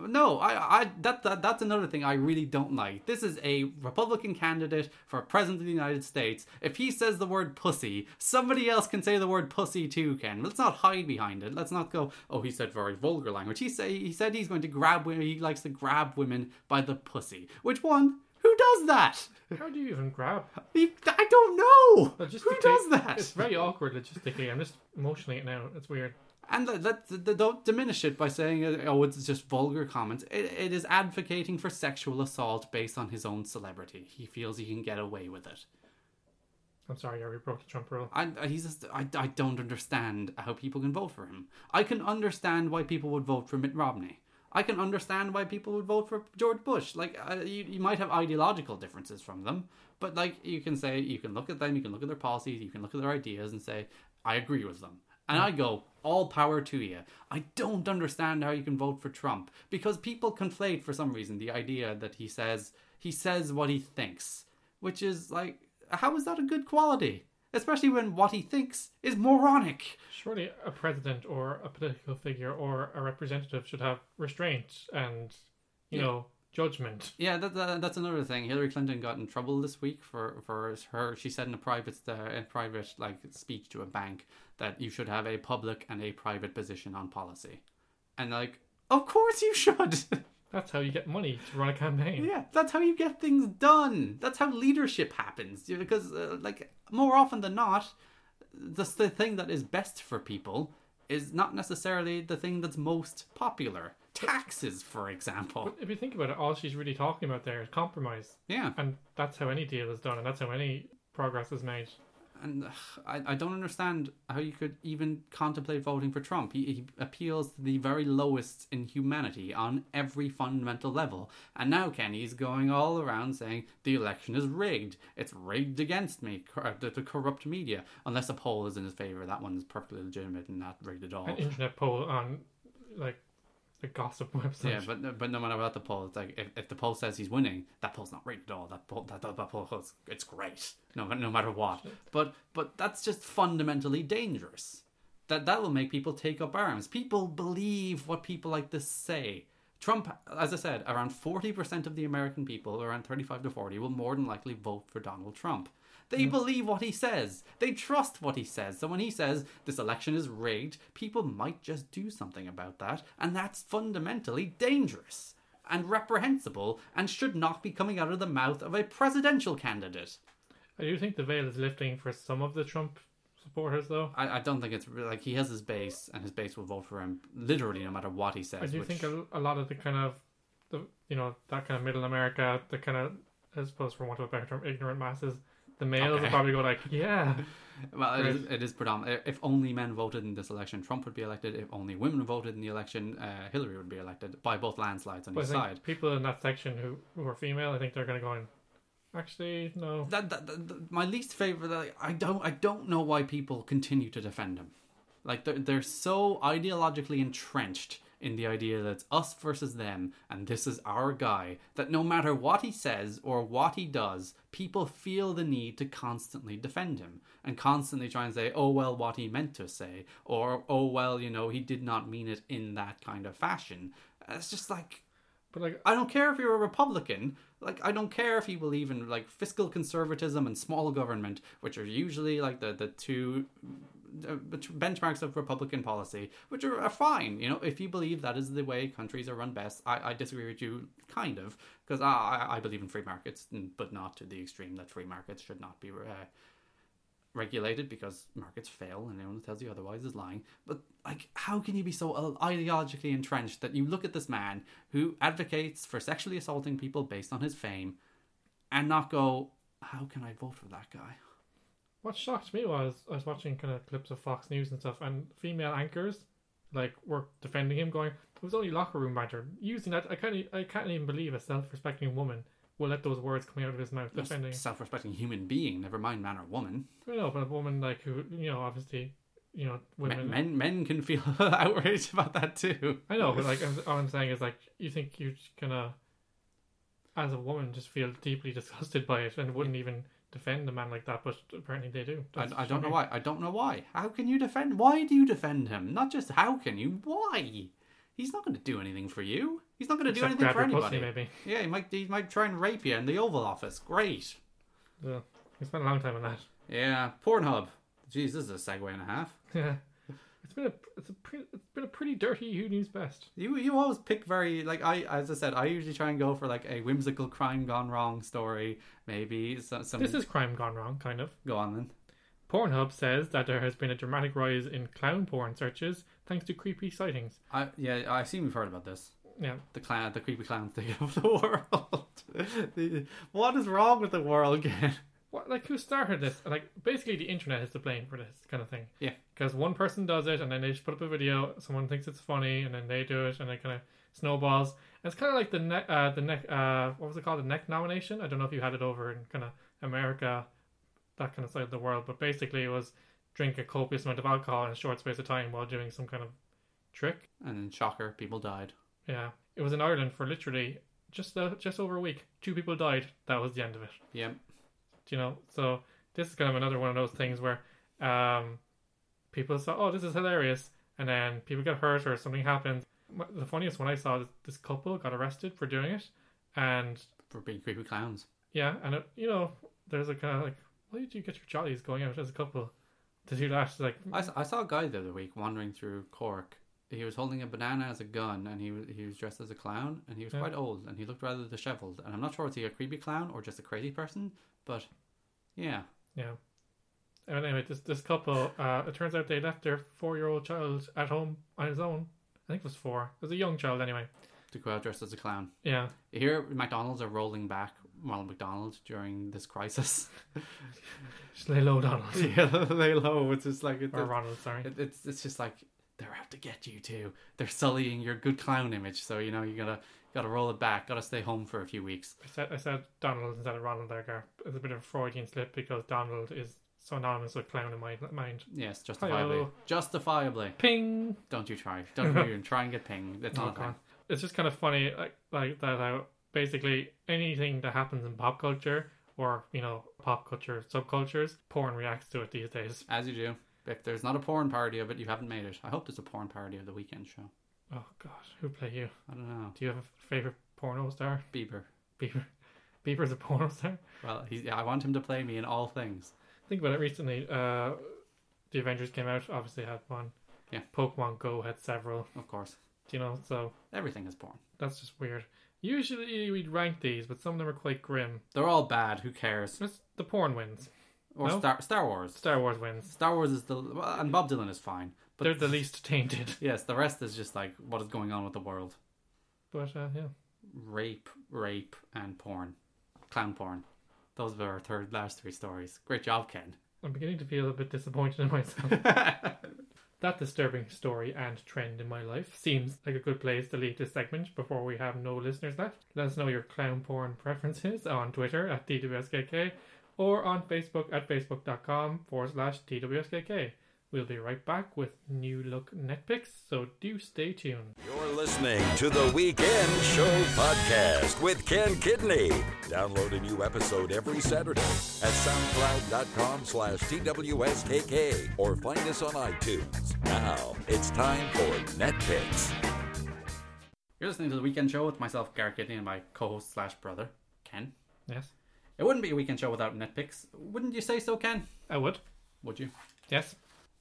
No, I, I, that, that, that's another thing I really don't like. This is a Republican candidate for president of the United States. If he says the word pussy, somebody else can say the word pussy too, Ken. Let's not hide behind it. Let's not go, oh, he said very vulgar language. He say he said he's going to grab women. He likes to grab women by the pussy. Which one? Who does that? How do you even grab? He- I don't know. Logistically, Who does that? It's very awkward logistically. I'm just motioning it now. It's weird. And let, let, th- th- don't diminish it by saying, uh, oh, it's just vulgar comments. It, it is advocating for sexual assault based on his own celebrity. He feels he can get away with it. I'm sorry, Ari broke the Trump rule. I, I- he's just, I, I don't understand how people can vote for him. I can understand why people would vote for Mitt Romney. I can understand why people would vote for George Bush. Like, uh, you, you might have ideological differences from them, but like, you can say, you can look at them, you can look at their policies, you can look at their ideas and say, I agree with them. And I go, all power to you. I don't understand how you can vote for Trump because people conflate for some reason the idea that he says, he says what he thinks, which is like, how is that a good quality? Especially when what he thinks is moronic. Surely a president or a political figure or a representative should have restraint and, you Yeah. know, judgment. Yeah, that, that, that's another thing. Hillary Clinton got in trouble this week for, for her. She said in a private uh, in a private like speech to a bank that you should have a public and a private position on policy, and like, of course you should. That's how you get money to run a campaign. Yeah, that's how you get things done. That's how leadership happens. You- Because, uh, like, more often than not, the, s- the thing that is best for people is not necessarily the thing that's most popular. Taxes, for example. If you think about it, all she's really talking about there is compromise. Yeah, And that's how any deal is done, and that's how any progress is made. and ugh, I, I don't understand how you could even contemplate voting for Trump. He, he appeals to the very lowest in humanity on every fundamental level. And now Kenny's going all around saying the election is rigged. It's rigged against me, cor- uh, the, the corrupt media. Unless a poll is in his favor, that one is perfectly legitimate and not rigged at all. An internet poll on, like, the gossip website. Yeah, but but no matter what the poll, it's like if, if the poll says he's winning, that poll's not rigged at all. That poll that, that, that poll it's, it's great. No no matter what. But but that's just fundamentally dangerous. That that will make people take up arms. People believe what people like this say. Trump, as I said, around forty percent of the American people, around thirty-five to forty, will more than likely vote for Donald Trump. They Mm. believe what he says. They trust what he says. So when he says this election is rigged, people might just do something about that, and that's fundamentally dangerous and reprehensible and should not be coming out of the mouth of a presidential candidate. I do think the veil is lifting for some of the Trump supporters, though. I, I don't think it's re- like he has his base, and his base will vote for him literally no matter what he says. I do which- think a, a lot of the kind of, the you know, that kind of middle America, the kind of, I suppose for want of a better term, ignorant masses, the males Okay. will probably go like, yeah, Well, it is, Right. it is predominant. If only men voted in this election, Trump would be elected. If only women voted in the election, uh, Hillary would be elected by both landslides on But I each think side. people in that section who, who are female, I think they're going to go in. Actually, no. That, that, that- that- my least favorite. Like, I don't. I don't know why people continue to defend him. Like they're they're so ideologically entrenched in the idea that it's us versus them, and this is our guy. That no matter what he says or what he does, people feel the need to constantly defend him and constantly try and say, "Oh well, what he meant to say," or "Oh well, you know, he did not mean it in that kind of fashion." It's just like But like, I don't care if you're a Republican. Like, I don't care if you believe in like fiscal conservatism and small government, which are usually like the the two uh, benchmarks of Republican policy, which are, are fine. You know, if you believe that is the way countries are run best, I, I disagree with you, kind of, because I, I I believe in free markets, n- but not to the extreme that free markets should not be. Uh, regulated because markets fail and anyone who tells you otherwise is lying but like how can you be so ideologically entrenched that you look at this man who advocates for sexually assaulting people based on his fame and not go how can i vote for that guy What shocked me was I was watching kind of clips of Fox News and stuff, and female anchors like were defending him, going, "It was only locker room banter." Using that, I can't, I can't even believe a self-respecting woman will let those words come out of his mouth, Just defending. self-respecting human being never mind man or woman You know, but a woman like who, you know, obviously, you know, women. men, men men can feel outraged about that too I know, but like I'm- all I'm saying is like you think you'd kind of, as a woman, just feel deeply disgusted by it and wouldn't even defend a man like that, but apparently they do. I, That's I don't know shocking. why. I don't know why. How can you defend? Why do you defend him? Not just how can you. Why? He's not going to do anything for you. He's not going to do Except anything grab for your anybody. pussy, maybe. Yeah, he might. He might try and rape you in the Oval Office. Great. Yeah, we spent a long time on that. Yeah, Pornhub. Jeez, this is a segue and a half. Yeah, it's been a it's a pre, it's been a pretty dirty who news best. You you always pick very like I as I said I usually try and go for like a whimsical crime gone wrong story. Maybe some. some This is crime gone wrong, kind of. go on then. Pornhub says that there has been a dramatic rise in clown porn searches thanks to creepy sightings. I yeah I assume you've heard about this. Yeah, the clown, the creepy clown thing of the world. The- what is wrong with the world, Ken? what like who started this? Like basically, the internet is to blame for this kind of thing. Yeah. because one person does it and then they just put up a video. Someone thinks it's funny and then they do it and it kind of snowballs. And it's kind of like the neck uh, the neck uh, what was it called the neck nomination? I don't know if you had it over in kind of America, that kind of side of the world, but basically it was drink a copious amount of alcohol in a short space of time while doing some kind of trick. And then shocker, people died. Yeah, it was in Ireland for literally just uh, just over a week. Two people died. That was the end of it Yep. you know so this is kind of another one of those things where um people saw oh this is hilarious and then people get hurt or something happens M- the funniest one i saw is this couple got arrested for doing it and For being creepy clowns. yeah and it, you know there's a kind of like why did you get your jollies going out as a couple to do that It's like I, s- I saw a guy the other week wandering through Cork. He was holding a banana as a gun, and he was he was dressed as a clown, and he was Yeah. quite old, and he looked rather dishevelled. And I'm not sure was he a creepy clown or just a crazy person, but yeah, yeah and anyway this this couple uh it turns out they left their four-year-old child at home on his own i think it was four it was a young child anyway to go out dressed as a clown. yeah Here, McDonald's are rolling back Ronald McDonald during this crisis. just lay low donald yeah, they low. It's just like it, or ronald sorry It, it's it's just like they're out to get you too. They're sullying your good clown image. So you know you gotta gotta roll it back. Gotta stay home for a few weeks. I said, I said Donald instead of Ronald there, Gar. It's a bit of a Freudian slip because Donald is synonymous with clown in my mind. Yes, justifiably. Hi-yo. Justifiably. Ping! Don't you try. Don't you even try and get pinged. It's not a thing. It's just kind of funny, like, like that how basically anything that happens in pop culture or, you know, pop culture subcultures, porn reacts to it these days. As you do. If there's not a porn parody of it, you haven't made it. I hope there's a porn parody of the weekend show. Oh, God. Who play you? I don't know. Do you have a favourite porno star? Bieber. Bieber. Bieber's a porno star? Well, he, I want him to play me in all things. think about it recently. Uh, the Avengers came out, obviously had one. Yeah. Pokemon Go had several, Of course. you know, so. Everything is porn. That's just weird. Usually we'd rank these, but some of them are quite grim. They're all bad. Who cares? Just the porn wins. Or No. Star Star Wars. Star Wars wins. Star Wars is the well, and Bob Dylan is fine. But They're the least tainted. Yes, the rest is just like what is going on with the world. But uh, yeah, Rape, rape, and porn. Clown porn. Those were our third last three stories. Great job, Ken. I'm beginning to feel a bit disappointed in myself. that disturbing story and trend in my life seems like a good place to leave this segment before we have no listeners left. Let us know your clown porn preferences on Twitter at DWSKK or on Facebook at facebook.com forward slash DWSKK. We'll be right back with new look net picks, so do stay tuned. You're listening to the Weekend Show podcast with Ken Kidney. Download a new episode every Saturday at soundcloud.com slash TWSKK or find us on iTunes. Now it's time for NetPicks. You're listening to the weekend show with myself, Garrett Kidney, and my co-host slash brother, Ken. Yes, It wouldn't be a weekend show without nitpicks, wouldn't you say so, Ken? I would. Would you? Oh, Yes.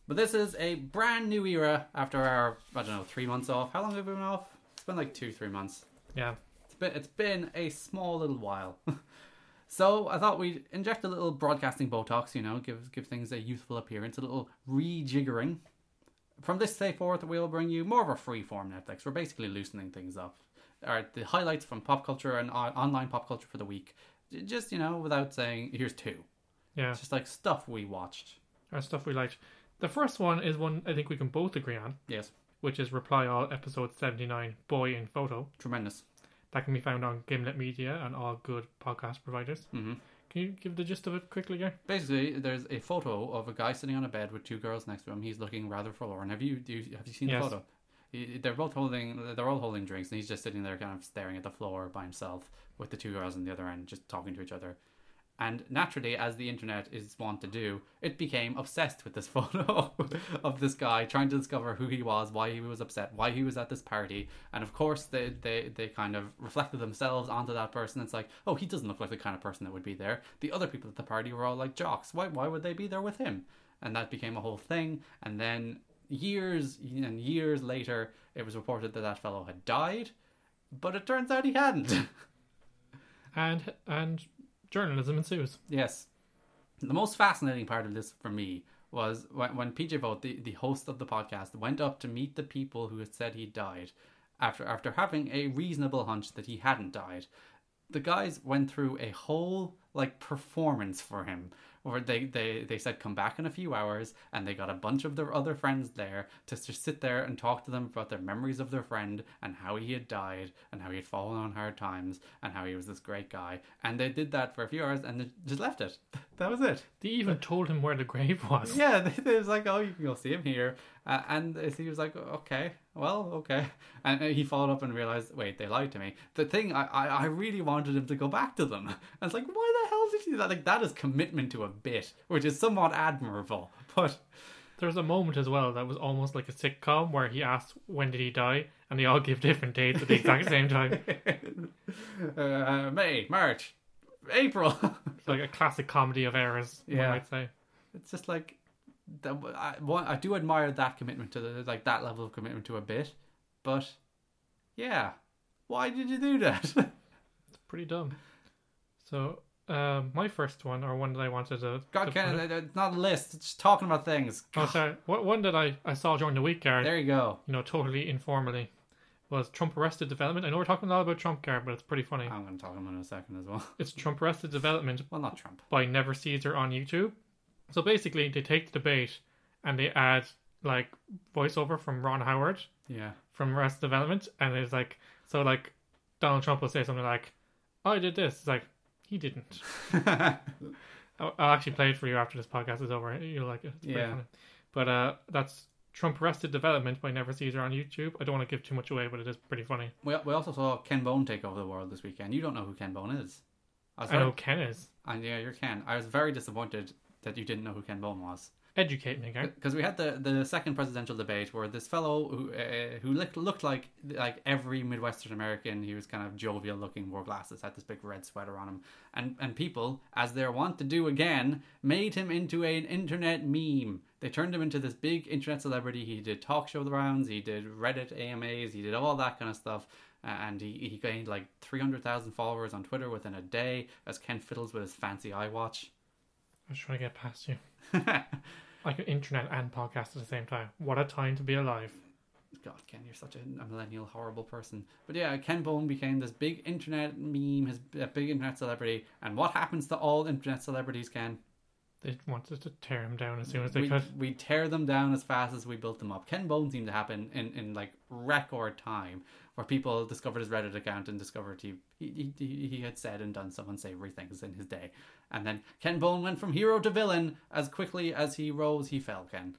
But this is a brand new era after our I don't know three months off. How long have we been off? It's been like two, three months. Yeah. It's been, it's been a small little while. So I thought we'd inject a little broadcasting Botox, you know, give give things a youthful appearance, a little rejiggering. From this day forth, we'll bring you more of a free-form Netflix. We're basically loosening things up. All right, the highlights from pop culture and on- online pop culture for the week. J- Just you know, without saying, here's two. Yeah, It's just like stuff we watched. or stuff we liked. The first one is one I think we can both agree on, Yes, which is Reply All Episode 79 Boy in Photo. tremendous. That can be found on Gamelet Media and all good podcast providers. Mm-hmm. Can you give the gist of it quickly here? Basically, there's a photo of a guy sitting on a bed with two girls next to him. He's looking rather forlorn. Have you do you, have you seen Yes. the photo? He- They're both holding they're all holding drinks, and he's just sitting there, kind of staring at the floor by himself, with the two girls on the other end, just talking to each other. And naturally, as the internet is wont to do, it became obsessed with this photo of this guy trying to discover who he was, why he was upset, why he was at this party. And of course, they, they, they kind of reflected themselves onto that person. It's like, oh, he doesn't look like the kind of person that would be there. The other people at the party were all like jocks. Why, why would they be there with him? And that became a whole thing. And then years and years later, it was reported that that fellow had died, but it turns out he hadn't. And and journalism ensues. Yes. The most fascinating part of this for me was when, when PJ Vote, the, the host of the podcast, went up to meet the people who had said he died after after having a reasonable hunch that he hadn't died. The guys went through a whole like performance for him where they, they, they said come back in a few hours and they got a bunch of their other friends there to just sit there and talk to them about their memories of their friend and how he had died and how he had fallen on hard times and how he was this great guy and they did that for a few hours and they just left it that was it They even told him where the grave was. yeah they, they was like oh you can go see him here uh, and he was like okay well okay and uh, he followed up and realized wait they lied to me the thing i i, I really wanted him to go back to them i was like why the hell did you do that like that is commitment to a bit which is somewhat admirable but There's a moment as well that was almost like a sitcom where he asked when did he die and they all give different dates at the exact same time. uh, may march april It's like a classic comedy of errors, Yeah. one might say. it's just like that, I, one, I do admire that commitment to the like that level of commitment to a bit but yeah why did you do that Pretty dumb. So uh, my first one, or one that I wanted to. god to Ken, put up- it- it's not a list it's just talking about things Oh, sorry. What one that I, I saw during the week, Gareth, there you go you know, totally informally, was Trump Arrested Development. I know we're talking a lot about Trump, Gareth, but it's pretty funny. i'm going to talk about it in a second as well It's Trump Arrested Development well not trump by Never Caesar on YouTube. So basically, they take the debate and they add like voiceover from Ron Howard yeah from Arrested Development, and it's like so like Donald Trump will say something like, "I did this." It's like he didn't. I'll, I'll actually play it for you after this podcast is over. You'll like it. It's pretty Yeah. funny. But uh, that's Trump Arrested Development by Never Caesar on YouTube. I don't want to give too much away, but it is pretty funny. we, we also saw ken bone take over the world this weekend you don't know who ken bone is i was I know very, Ken is. and yeah you're ken i was very disappointed that you didn't know who ken bone was Educate me, gang. because we had the, the second presidential debate where this fellow who uh, who looked looked like like every midwestern American, he was kind of jovial looking, wore glasses, had this big red sweater on him, and and people, as they're wont to do again, made him into an internet meme. They turned him into this big internet celebrity. He did talk show rounds, he did Reddit AMAs, he did all that kind of stuff. And he, he gained like 300,000 followers on Twitter within a day as Ken fiddles with his fancy iWatch. I'm just trying to get past you. Like internet and podcast at the same time. What a time to be alive. God, Ken, you're such a millennial horrible person. But yeah, Ken Bone became this big internet meme, his a big internet celebrity. And what happens to all internet celebrities, Ken? They wanted to tear him down as soon as they We, could. we tear them down as fast as we built them up. Ken Bone seemed to happen in, in like record time, where people discovered his Reddit account and discovered he he, he he had said and done some unsavory things in his day. And then Ken Bone went from hero to villain as quickly as he rose, he fell. Ken,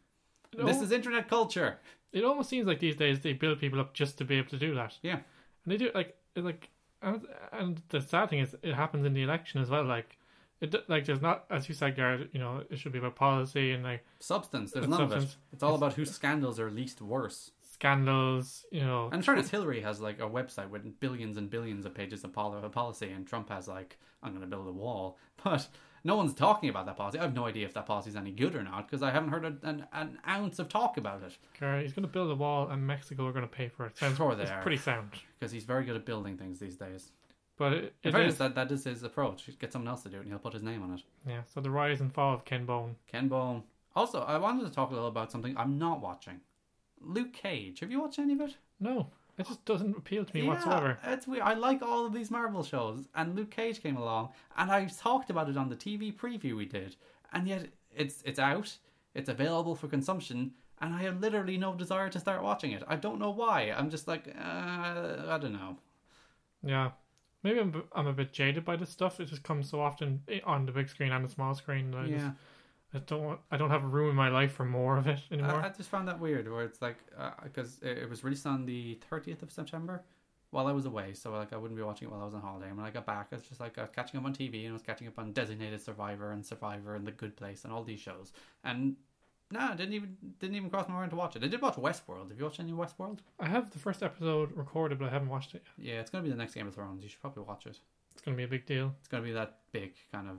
this No. is internet culture. It almost seems like these days they build people up just to be able to do that. Yeah. And they do like it, like and, and the sad thing is it happens in the election as well. Like it d- like there's not as you said, Garrett. You know it should be about policy and like Substance. There's It's none of it. substance. It's all about whose scandals are least worse. scandals. You know I'm sure it's Hillary has like a website with billions and billions of pages of pol- of policy, and Trump has like, I'm going to build a wall. But no one's talking about that policy. I have no idea if that policy is any good or not because I haven't heard a, an, an ounce of talk about it Garrett, he's going to build a wall and Mexico are going to pay for it. Sounds Sure they it's are. pretty sound. because he's very good at building things these days. But it, In it fairness, is. that, that is his approach. Get someone else to do it and he'll put his name on it. Yeah, so the rise and fall of Ken Bone. Ken Bone. Also, I wanted to talk a little about something I'm not watching. Luke Cage. Have you watched any of it? No, it just doesn't appeal to me whatsoever. It's weird. I like all of these Marvel shows, and Luke Cage came along, and I talked about it on the TV preview we did, and yet it's it's out, it's available for consumption, and I have literally no desire to start watching it. I don't know why. I'm just like, uh, I don't know. Yeah. Maybe I'm, I'm a bit jaded by this stuff. It just comes so often eh, on the big screen and the small screen. that I, yeah, just, I don't want, I don't have room in my life for more of it anymore. I, I just found that weird. Where it's like, because it, it was released on the 30th of September. While I was away, so like I wouldn't be watching it while I was on holiday. And when I got back, I was just like I was catching up on TV and I was catching up on Designated Survivor and Survivor and The Good Place and all these shows. And no, didn't even didn't even cross my mind to watch it. I did watch Westworld. Have you watched any Westworld? I have the first episode recorded, but I haven't watched it yet. Yeah, it's gonna be the next Game of Thrones. You should probably watch it. It's going to be a big deal. It's gonna be that big kind of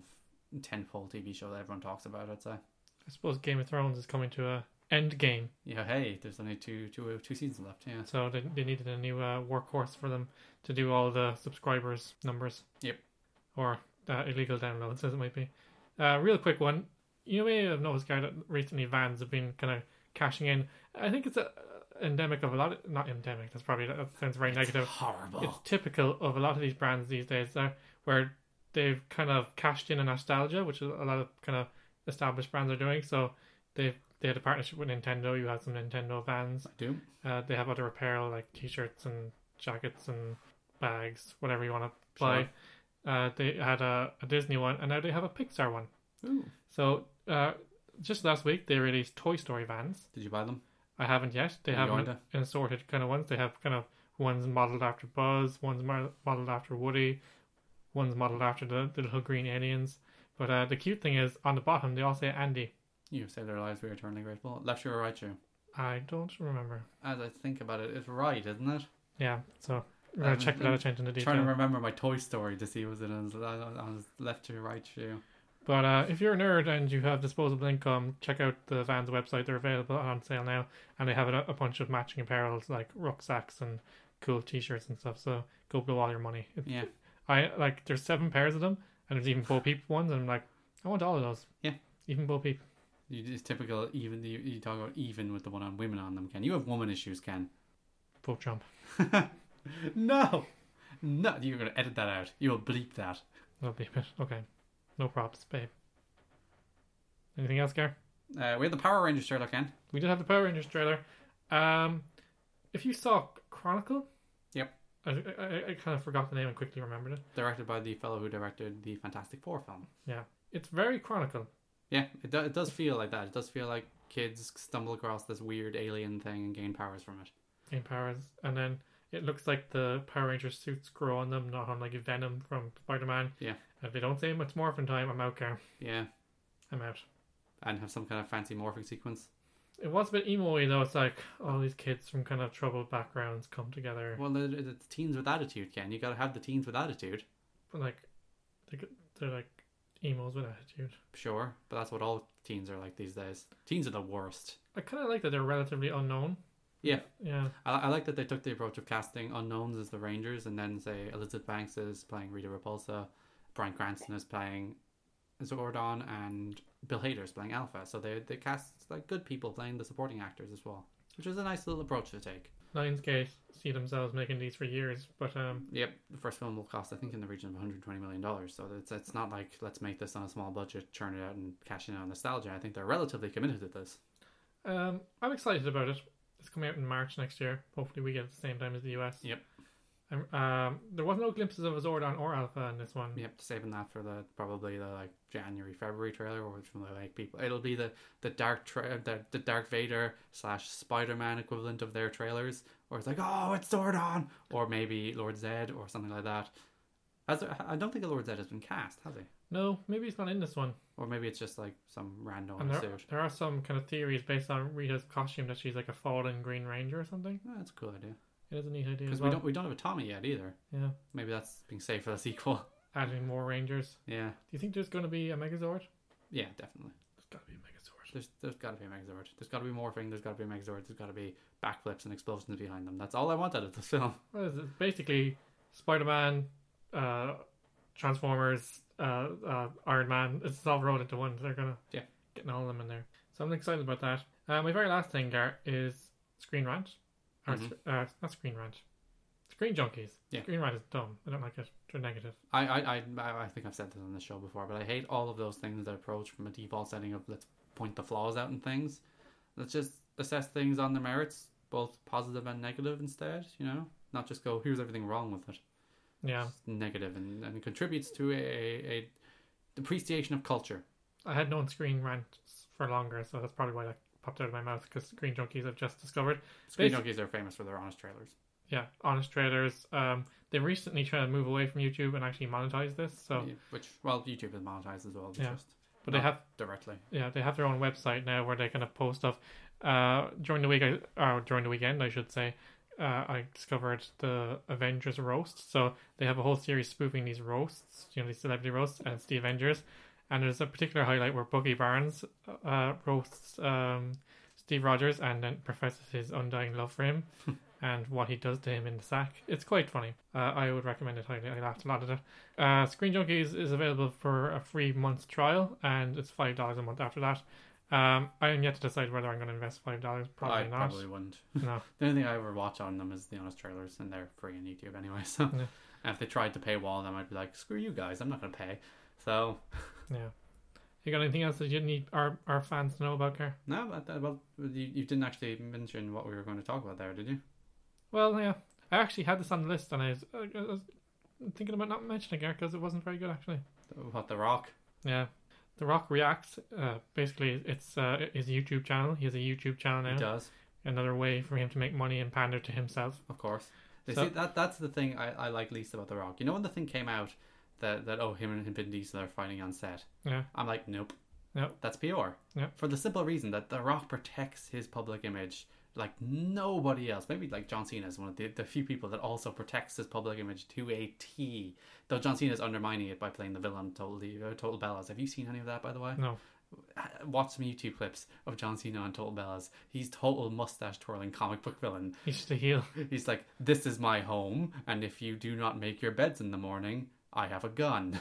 tentpole TV show that everyone talks about. I'd say. I suppose Game of Thrones is coming to a end game, Yeah, hey, there's only two two two seasons left. Yeah. so they, they needed a new uh, workhorse for them to do all the subscribers numbers. Yep. Or uh, illegal downloads, as it might be. Uh, real quick one. You may have noticed, Guy, that recently vans have been kind of cashing in. I think it's a endemic of a lot. Of, not endemic. That's probably that sounds very negative. Horrible. it's typical of a lot of these brands these days there where they've kind of cashed in on nostalgia which is a lot of kind of established brands are doing so they they had a partnership with nintendo you have some nintendo vans Doom. uh, they have other apparel like t-shirts and jackets and bags whatever you want to buy Sure. uh, they had a, a disney one and now they have a pixar one Ooh. so uh, just last week they released toy story vans Did you buy them? I haven't yet. They You have going them in assorted kind of ones. They have kind of ones modeled after Buzz, ones mar- modeled after Woody, ones modeled after the, the little green aliens. But uh, the cute thing is, on the bottom, they all say Andy. You have saved our lives. We are eternally grateful. Left shoe or right shoe? I don't remember. As I think about it, it's right, isn't it? Yeah, so we're going Um, to check that I'm out change in the Trying to detail. remember my Toy Story to see was it on his, on his left shoe, right shoe. But uh, if you're a nerd and you have disposable income, check out the Vans website. They're available on sale now. And they have a, a bunch of matching apparel like rucksacks and cool t shirts and stuff. So go blow all your money. It's Yeah, I like there's seven pairs of them, and there's even Bo Peep ones, and I'm like, I want all of those. Yeah. Even Bo Peep. you just typical even. You, you talk about even with the one on women on them. Ken, you have woman issues, Ken. Bo Trump. no, no, you're gonna edit that out. You'll bleep that. No Peep. it. Okay. No props, babe. Anything else, Gar? Uh, we had the Power Rangers trailer, Ken. We did have the Power Rangers trailer. Um, if you saw Chronicle. Yep. I, I, I kind of forgot the name and quickly remembered it. Directed by the fellow who directed the Fantastic Four film. Yeah. It's very Chronicle. Yeah, it, do, it does feel like that. It does feel like kids stumble across this weird alien thing and gain powers from it. in powers, and then it looks like the Power Ranger suits grow on them, not on like Venom from Spider Man. Yeah. If they don't say much morphin time, I'm out, Gar. Yeah, I'm out. and have some kind of fancy morphing sequence. It was a bit emo though. It's like all these kids from kind of troubled backgrounds come together. Well, it- it- it's teens with attitude, Ken. You gotta have the teens with attitude. But like, they get- they're like emos with attitude. Sure, but that's what all teens are like these days. Teens are the worst. I kind of like that they're relatively unknown. Yeah, Yeah, I, I like that they took the approach of casting unknowns as the Rangers, and then say Elizabeth Banks is playing Rita Repulsa, Brian Cranston is playing Zordon, and Bill Hader is playing Alpha. So they they cast like good people playing the supporting actors as well, which is a nice little approach to take. Lionsgate see themselves making these for years, but um, Yep, the first film will cost I think in the region of 120 million dollars. So it's it's not like let's make this on a small budget, churn it out, and cash in on nostalgia. I think they're relatively committed to this. um, I'm excited about it. It's coming out in March next year. Hopefully, we get it at the same time as the US. Yep. Um, um, there was no glimpses of Zordon or Alpha in this one. Yep, saving that for the probably the like January February trailer, which will like people. It'll be the the dark tra- the, the Dark Vader slash Spider Man equivalent of their trailers, or it's like oh it's Zordon, or maybe Lord Zed or something like that. Has there, I don't think Lord Zed has been cast, has he? No, maybe he's not in this one. Or maybe it's just like some random And there, suit. there are some kind of theories based on Rita's costume that she's like a fallen Green Ranger or something. Yeah, that's a cool idea It is a neat idea. because As we well. don't we don't have a Tommy yet either. Yeah, Maybe that's being saved for the sequel. adding more Rangers. yeah, Do you think there's going to be a Megazord? yeah, definitely. There's got to be a Megazord. There's there's got to be a Megazord. There's got to be morphing. There's got to be a Megazord. There's got to be backflips and explosions behind them. That's all I want out of this film. Well, it's it's basically Spider Man, uh, Transformers, uh, uh, Iron Man. It's all rolled into one. They're gonna Yeah. getting all of them in there. So I'm excited about that. Uh, my very last thing, Gar, is Screen Rant. Or, Mhm. sc- uh, not Screen Rant. Screen Junkies. Yeah. Screen Rant is dumb. I don't like it. They're negative. I, I, I, I- I think I've said this on the show before, but I hate all of those things that approach from a default setting of let's point the flaws out in things. Let's just assess things on their merits, both positive and negative instead, you know? Not just go, here's everything wrong with it. Yeah. It's negative and, and contributes to a, a, a depreciation of culture. I had known Screen Rant for longer, so that's probably why that popped out of my mouth because Screen Junkies I've just discovered. Screen Basi- Junkies are famous for their honest trailers. Yeah, honest traders. Um, they recently tried to move away from YouTube and actually monetize this. So, Yeah, Oh. Which, well, YouTube is monetized as well, but Yeah. just but they not have directly. yeah they have their own website now where they kind of post stuff. Uh, during the week, I, or during the weekend, I should say, uh, I discovered the Avengers roast. So they have a whole series spoofing these roasts, you know, these celebrity roasts, and it's the Avengers. And there's a particular highlight where Boogie Barnes uh, roasts um, Steve Rogers and then professes his undying love for him Hmm. and what he does to him in the sack. It's quite funny. Uh, I would recommend it highly. I laughed a lot at it. Uh, Screen Junkies is available for a free month trial, and it's five dollars a month after that. Um, I am yet to decide whether I'm going to invest five dollars. Probably I not. probably wouldn't. No. The only thing I ever watch on them is the honest trailers, and they're free on YouTube anyway. So, Yeah. and if they tried to paywall them, I'd be like, "Screw you guys! I'm not gonna pay." So, Yeah. You got anything else that you need our, our fans to know about, Car? no, but that, well, you, you didn't actually mention what we were going to talk about there, did you? Well, yeah. I actually had this on the list, and I was, I was thinking about not mentioning it because it wasn't very good, actually. What the Rock? Yeah. The Rock reacts. Uh, basically, it's uh, his YouTube channel. He has a YouTube channel He now. does, Another way for him to make money and pander to himself. of course. They So- see that that's the thing I, I like least about the Rock. You know when the thing came out that that oh him and Vin Diesel are fighting on set. Yeah. I'm like, nope. Yep. That's PR. Yep. For the simple reason that The Rock protects his public image like nobody else. Maybe like John Cena is one of the, the few people that also protects his public image to a T. Though John Cena is undermining it by playing the villain totally uh, Total Bellas. Have you seen any of that by the way? No. Uh, Watch some YouTube clips of John Cena on Total Bellas. He's total mustache twirling comic book villain. He's just a heel. He's like, "This is my home, and if you do not make your beds in the morning, I have a gun."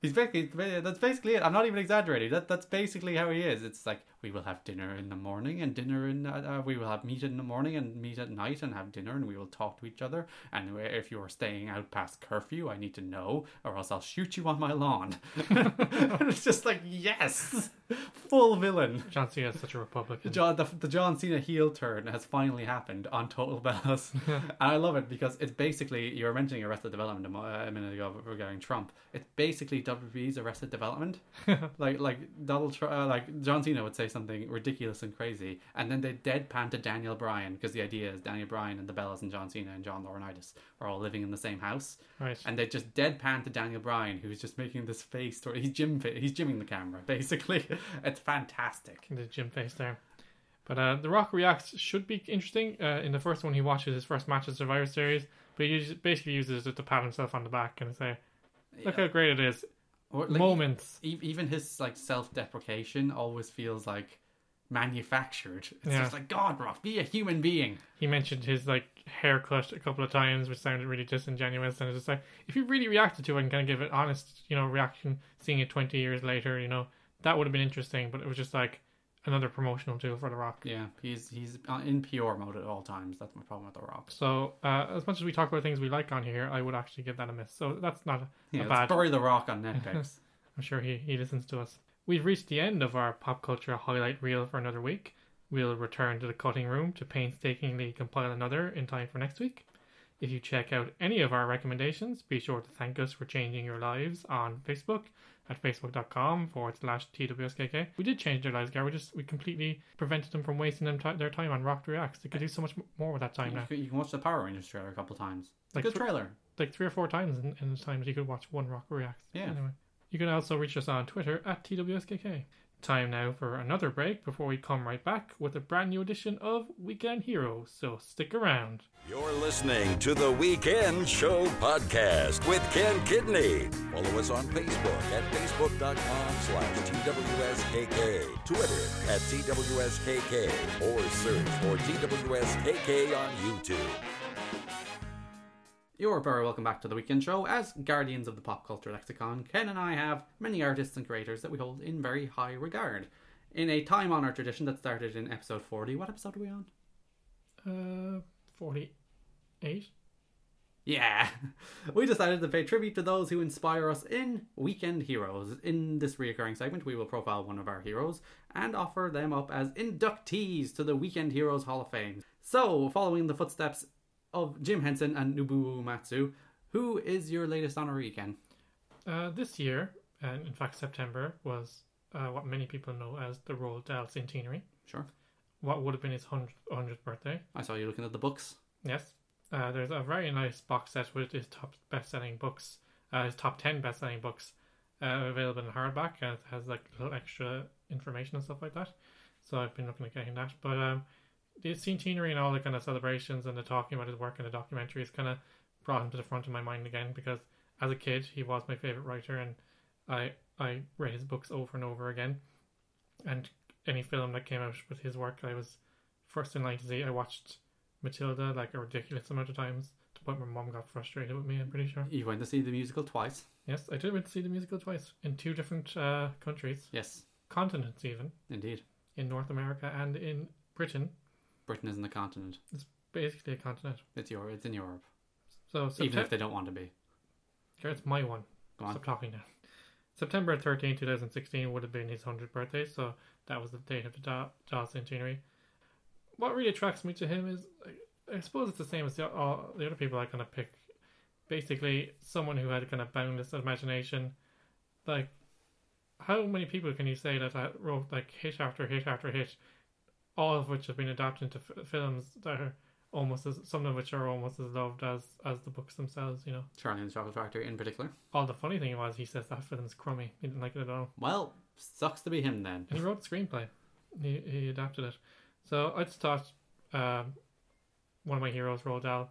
He's basically that's basically it. I'm not even exaggerating. That that's basically how he is. It's like we will have dinner in the morning and dinner in uh, uh, we will have meat in the morning and meet at night and have dinner and we will talk to each other. And w- if you are staying out past curfew, I need to know, or else I'll shoot you on my lawn. it's just like yes, full villain. John Cena is such a Republican. John, the, the John Cena heel turn has finally happened on Total Bellas. and I love it because it's basically, you were mentioning Arrested Development a, mo- uh, a minute ago regarding Trump. It's basically WWE's Arrested Development. like like Donald, Tr- uh, like John Cena would say something ridiculous and crazy, and then they deadpan to Daniel Bryan because the idea is Daniel Bryan and the Bellas and John Cena and John Laurinaitis are all living in the same house. right. And they just deadpan to Daniel Bryan, who's just making this face. Toward, he's Jim. He's jimming the camera, basically. It's fantastic. the gym face there. But uh, The Rock reacts should be interesting. Uh, in the first one, he watches his first match of Survivor Series, but he uses, basically uses it to pat himself on the back and say, "Look how great it is." Or, like, Moments. e- even his like self-deprecation always feels like manufactured it's Yeah. just like god rock be a human being He mentioned his like haircut a couple of times, which sounded really disingenuous. And it's just like, if you really reacted to it and kind of give an honest, you know, reaction, seeing it twenty years later, you know, that would have been interesting. But it was just like another promotional tool for The Rock. yeah he's he's uh, in pr mode at all times that's my problem with the rocks So uh, as much as we talk about things we like on here, I would actually give that a miss. So that's not a, yeah a let's bad bury the rock on netflix I'm sure he, he listens to us. We've reached the end of our pop culture highlight reel for another week. We'll return to the cutting room to painstakingly compile another in time for next week. If you check out any of our recommendations, be sure to thank us for changing your lives on Facebook at facebook.com forward slash TWSKK. We did change their lives, Gary. We just we completely prevented them from wasting them ti their time on Rock Reacts. They could do so much m- more with that time you, now. can, you can watch the power rangers trailer a couple times It's a Like good thr- trailer like three or four times in, in the times you could watch one rock reacts. Yeah. Anyway, you can also reach us on Twitter at TWSKK. Time now for another break before we come right back with a brand new edition of Weekend Heroes. So stick around. You're listening to the Weekend Show podcast with Ken Kidney. Follow us on Facebook at facebook.com slash TWSKK, Twitter at TWSKK, or search for TWSKK on YouTube. You're very welcome back to the Weekend Show. As guardians of the pop culture lexicon, Ken and I have many artists and creators that we hold in very high regard. In a time honoured tradition that started in episode 40, what episode are we on? Uh, 48? Yeah. We decided to pay tribute to those who inspire us in Weekend Heroes. In this reoccurring segment, we will profile one of our heroes and offer them up as inductees to the Weekend Heroes Hall of Fame. So, following the footsteps of Jim Henson and Nobuo Matsu, who is your latest honoree, Ken? Uh, this year, and in fact September, was uh, what many people know as the Roald Dahl centenary. Sure. What would have been his 100th, 100th birthday. I saw you looking at the books. Yes. Uh, there's a very nice box set with his top best-selling books, uh, his top 10 best-selling books, uh, available in hardback. And it has like little extra information and stuff like that. So I've been looking at getting that. But um, the centenary and all the kind of celebrations and the talking about his work in the documentary has kind of brought him to the front of my mind again because as a kid he was my favorite writer and I I read his books over and over again. And any film that came out with his work, I was first in line to see. I watched Matilda like a ridiculous amount of times to the point where mom got frustrated with me. I'm pretty sure. You went to see the musical twice. Yes, I did went to see the musical twice in two different uh, countries, Yes, continents even indeed. in North America and in Britain. Britain isn't a continent. It's basically a continent. It's your. It's in Europe, So even if September, they don't want to be. it's my one. Go on. Stop talking now. September 13, 2016 would have been his 100th birthday, so that was the date of the Da- Dahl centenary. What really attracts me to him is, I, I suppose it's the same as the, all the other people I kind of pick. Basically, someone who had kind of boundless imagination. Like, how many people can you say that, that wrote like hit after hit after hit, all of which have been adapted into f- films that are almost as, some of which are almost as loved as, as the books themselves, you know? Charlie and the Chocolate Factory in particular. Well, Oh, the funny thing was, he says that film's crummy. He didn't like it at all. Well, sucks to be him then. And he wrote the screenplay. He, he adapted it. So I just thought um, one of my heroes, Roald Dahl,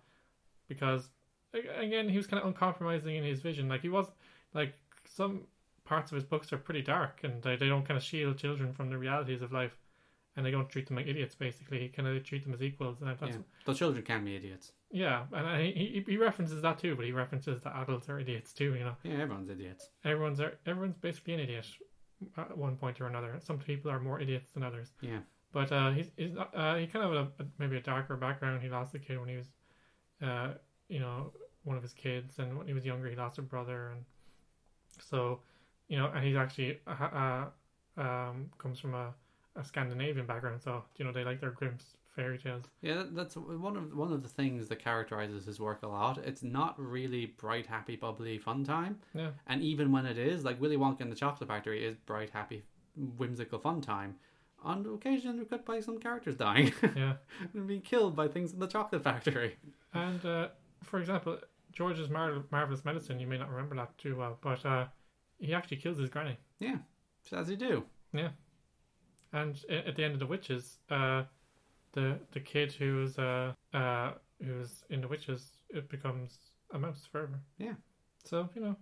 because a- again, he was kind of uncompromising in his vision. Like, he was, like, some parts of his books are pretty dark and they, they don't kind of shield children from the realities of life and they don't treat them like idiots, basically. He kind of treat them as equals. And Yeah. that's, The children can be idiots. yeah. and I, he, he references that too, but he references that adults are idiots too, you know. Yeah, everyone's idiots. everyone's everyone's basically an idiot at one point or another. Some people are more idiots than others. Yeah. But uh, he's, he's not, uh, he kind of had a, a- maybe a darker background. He lost a kid when he was, uh, you know, one of his kids, and when he was younger, he lost a brother, and so, you know, and he's actually uh, uh, um, comes from a, a Scandinavian background, so you know they like their grim fairy tales. Yeah, that- that's one of one of the things that characterizes his work a lot. It's not really bright, happy, bubbly, fun time. Yeah. And even when it is, like Willy Wonka and the Chocolate Factory is bright, happy, whimsical, fun time. On occasion, we could by some characters dying Yeah. and being killed by things in the Chocolate Factory. And uh, for example, George's Mar- marvelous medicine. You may not remember that too well, but uh, he actually kills his granny. Yeah, as you do. And a- at the end of the witches, uh, the the kid who's uh, uh, who's in the witches, it becomes a mouse forever. Yeah. So you know,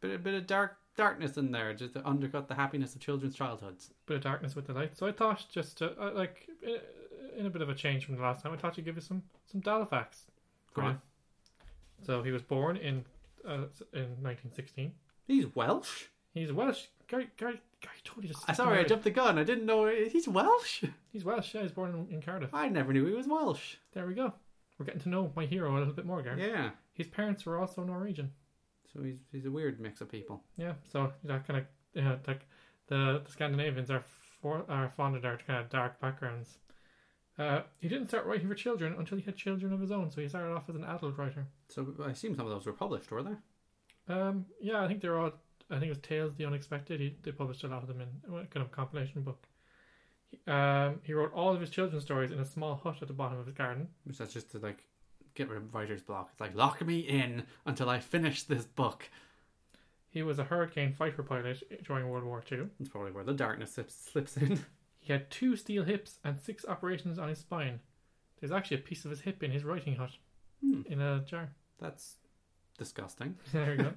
But a bit of dark darkness in there, just to undercut the happiness of children's childhoods. bit of darkness with the light. So I thought just to, uh, like i- in a bit of a change from the last time, I thought I'd give you some some Dalfax. Go on. So he was born in uh, in 1916. He's Welsh. He's Welsh. Gary, Gary, Gary totally just. I Ah, sorry, I jumped the gun. I didn't know he's Welsh. He's Welsh. Yeah, he's born in, in Cardiff. I never knew he was Welsh. There we go. We're getting to know my hero a little bit more, Gary. Yeah. His parents were also Norwegian. So he's he's a weird mix of people. Yeah, so that kind of yeah, like the, the Scandinavians are for, are fond of their kind of dark backgrounds. Uh, he didn't start writing for children until he had children of his own, so he started off as an adult writer. So I assume some of those were published, were there? Um, yeah, I think they're all. I think it was Tales of the Unexpected. He, they published a lot of them in a kind of compilation book. He, um, he wrote all of his children's stories in a small hut at the bottom of his garden. Which that's just to like get rid of writer's block. It's like lock me in until I finish this book. He was a hurricane fighter pilot during World War Two. That's probably where the darkness slips, slips in. He had two steel hips and six operations on his spine. There's actually a piece of his hip in his writing hut Hmm. in a jar. That's disgusting. There you go.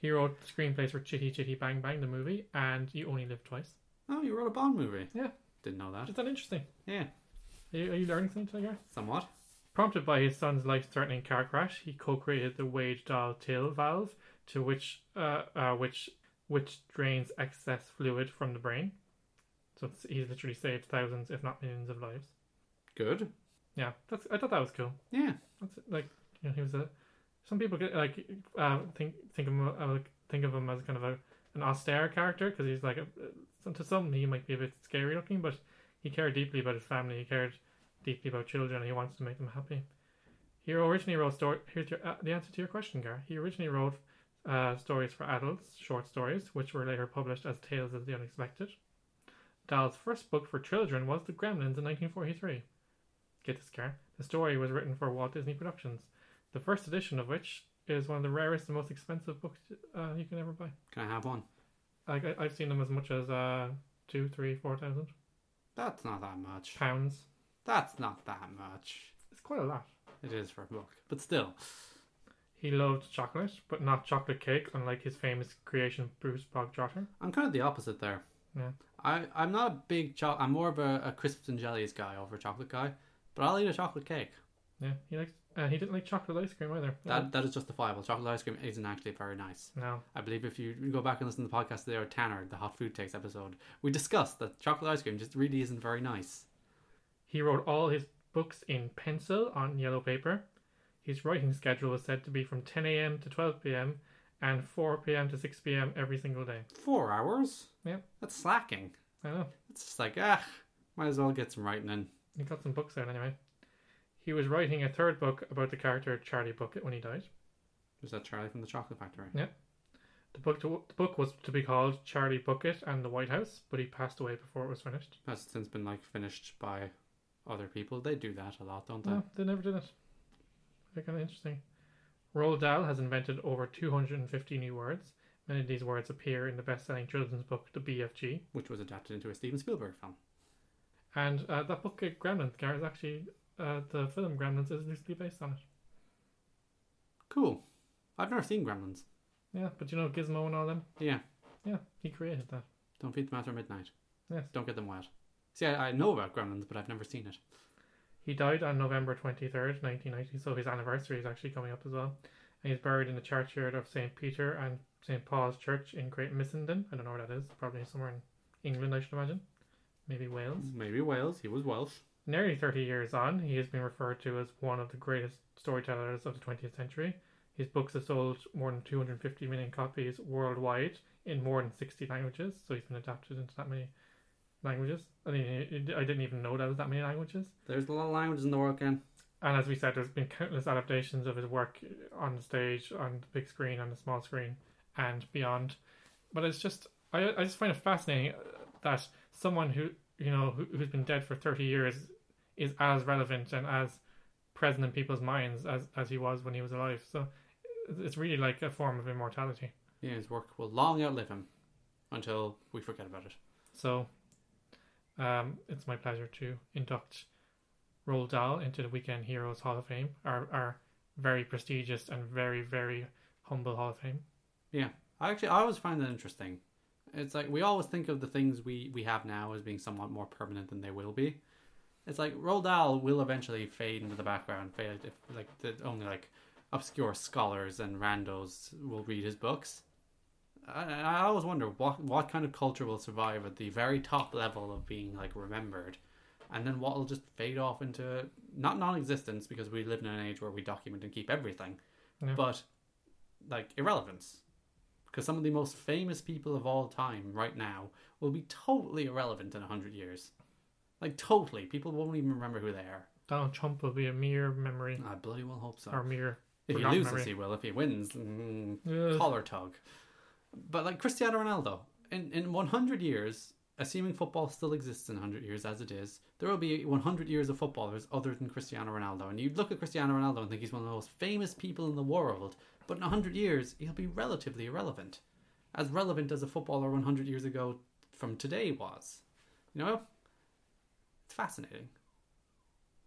he wrote screenplays for Chitty Chitty Bang Bang, the movie, and You Only Live Twice. Oh, you wrote a Bond movie. Yeah. Didn't know that. Is that interesting? Yeah, Are you, are you learning something, Tiger? somewhat. Prompted by his son's life-threatening car crash, he co-created the Wade Dahl tail valve, to which uh, uh, which which drains excess fluid from the brain. So it's, he's literally saved thousands, if not millions, of lives. Good. Yeah, that's. I thought that was cool. Yeah. That's like you know, he was a. Some people get like uh, think think of him, uh, like, think of him as kind of a an austere character because he's like a, some to some he might be a bit scary looking, but he cared deeply about his family. He cared deeply about children. and He wanted to make them happy. He originally wrote story. Here's your, uh, the answer to your question, Gar. He originally wrote uh, stories for adults, short stories, which were later published as Tales of the Unexpected. Dahl's first book for children was The Gremlins in 1943. Get this, Gar. The story was written for Walt Disney Productions, the first edition of which is one of the rarest and most expensive books uh, you can ever buy. Can I have one? Like I, I've seen them as much as uh, two, three, four thousand That's not that much. pounds. That's not that much. It's quite a lot. It is for a book, but still. He loved chocolate, but not chocolate cake, unlike his famous creation Bruce Bog Trotter. I'm kind of the opposite there. Yeah. I, I'm not a big chocolate. I'm more of a, a crisps and jellies guy over a chocolate guy, but I'll eat a chocolate cake. Yeah, he liked. Uh, he didn't like chocolate ice cream either. That that is justifiable. Chocolate ice cream isn't actually very nice. no, I believe if you go back and listen to the podcast there, Tanner, the hot food takes episode, we discussed that chocolate ice cream just really isn't very nice. he wrote all his books in pencil on yellow paper. His writing schedule was said to be from 10 a.m. to 12 p.m. and 4 p.m. to 6 p.m. every single day. Four hours? Yep. That's slacking. I know. It's just like, ah, might as well get some writing in. He got some books out anyway. He was writing a third book about the character Charlie Bucket when he died. Was that Charlie from the Chocolate Factory? The book, to, the book was to be called Charlie Bucket and the White House, but he passed away before it was finished. That's since been like finished by other people. They do that a lot, don't they? No, they never did it. They're kind of interesting. Roald Dahl has invented over 250 new words. Many of these words appear in the best selling children's book, The BFG. Which was adapted into a Steven Spielberg film. And uh, that book, uh, Gremlins, Gar, is actually, uh, the film Gremlins is loosely based on it. Cool. I've never seen Gremlins. Yeah, but you know Gizmo and all them? Yeah. Yeah, he created that. Don't feed them after midnight. Yes. Don't get them wet. See, I, I know about Gremlins, but I've never seen it. He died on November 23rd, 1990, so his anniversary is actually coming up as well. And he's buried in the churchyard of St. Peter and St. Paul's Church in Great Missenden. I don't know where that is, probably somewhere in England, I should imagine. Maybe Wales. Maybe Wales. He was Welsh. Nearly 30 years on, he has been referred to as one of the greatest storytellers of the 20th century. His books have sold more than 250 million copies worldwide in more than 60 languages, so he's been adapted into that many languages. I, mean, I didn't even know there was that many languages. There's a lot of languages in the world, Ken. And as we said, there's been countless adaptations of his work on the stage, on the big screen, on the small screen, and beyond. But it's just, I, I just find it fascinating uh, that someone who, you know, who, who's been dead for 30 years is as relevant and as present in people's minds as, as he was when he was alive. So it's- it's really like a form of immortality. Yeah, his work will long outlive him until we forget about it. So um, it's my pleasure to induct Roald Dahl into the Weekend Heroes Hall of Fame, our, our very prestigious and very, very humble Hall of Fame. Yeah, I actually I always find that interesting. It's like we always think of the things we we have now as being somewhat more permanent than they will be. It's like Roald Dahl will eventually fade into the background, fade if like the only like obscure scholars and randos will read his books. I, I always wonder what what kind of culture will survive at the very top level of being like remembered, and then what will just fade off into not non-existence because we live in an age where we document and keep everything, Yeah. but like irrelevance because some of the most famous people of all time right now will be totally irrelevant in 100 years. Like, totally. People won't even remember who they are. Donald Trump will be a mere memory, I bloody well hope so. or mere Ah. if he forgotten loses, memory. he will. If he wins, mm, Ugh. collar tug. But, like, Cristiano Ronaldo, in, in 100 years, assuming football still exists in 100 years as it is, there will be 100 years of footballers other than Cristiano Ronaldo. And you look at Cristiano Ronaldo and think he's one of the most famous people in the world, but in 100 years, he'll be relatively irrelevant. As relevant as a footballer 100 years ago from today was. You know? It's fascinating.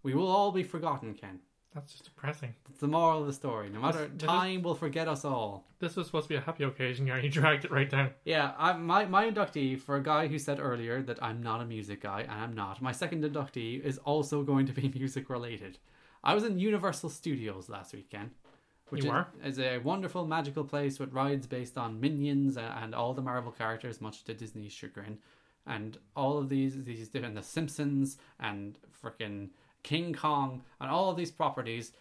We will all be forgotten, Ken. That's just depressing. It's the moral of the story. No matter This- this is- time will forget us all. This was supposed to be a happy occasion, Gary. You dragged it right down. Yeah, I, my my inductee for a guy who said earlier that I'm not a music guy, and I'm not. My second inductee is also going to be music related. I was in Universal Studios last weekend. Which You is, were? is a wonderful, magical place with rides based on minions a- and all the Marvel characters, much to Disney's chagrin. And all of these, these different The Simpsons and frickin' King Kong and all of these properties.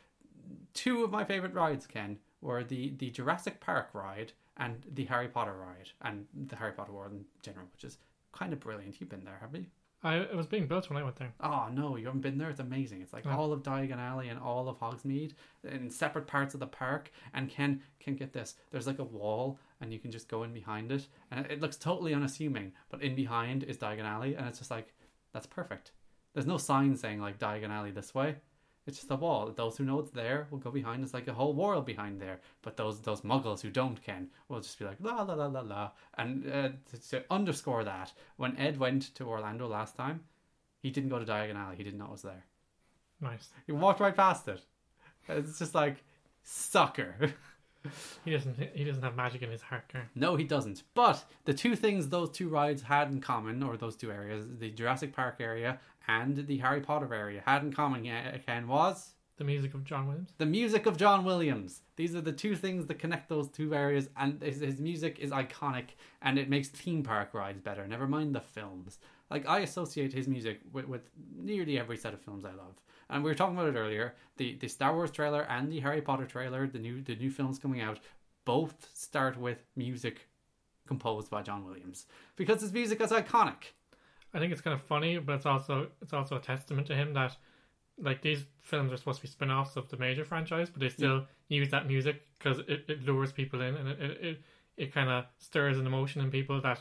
Two of my favorite rides, Ken, were the, the Jurassic Park ride and the Harry Potter ride and the Harry Potter world in general, which is kind of brilliant. You've been there, have you? I it was being built when I went there. Oh no, you haven't been there. It's amazing. It's like all of Diagon Alley and all of Hogsmeade in separate parts of the park. And can can get this. There's like a wall, and you can just go in behind it, and it- it looks totally unassuming. But in behind is Diagon Alley, and it's just like that's perfect. There's no sign saying like Diagon Alley this way. It's just a wall. Those who know it's there will go behind. It's like a whole world behind there. But those those muggles who don't can will just be like la la la la la. And uh, to, to underscore that, when Ed went to Orlando last time, he didn't go to Diagon Alley. He didn't know it was there. Nice. He walked right past it. It's just like sucker. He doesn't. He doesn't have magic in his heart, Karen. No, he doesn't. But the two things those two rides had in common, or those two areas, the Jurassic Park area and the Harry Potter area, had in common, yeah, Ken, was The music of John Williams. the music of John Williams. These are the two things that connect those two areas, and his, his music is iconic, and it makes theme park rides better. Never mind the films. Like I associate his music with, with nearly every set of films I love, and we were talking about it earlier. The the Star Wars trailer and the Harry Potter trailer, the new the new films coming out, both start with music composed by John Williams because his music is iconic. I think it's kind of funny, but it's also it's also a testament to him that like these films are supposed to be spin-offs of the major franchise, but they still use that music because it, it lures people in and it it, it, it kind of stirs an emotion in people that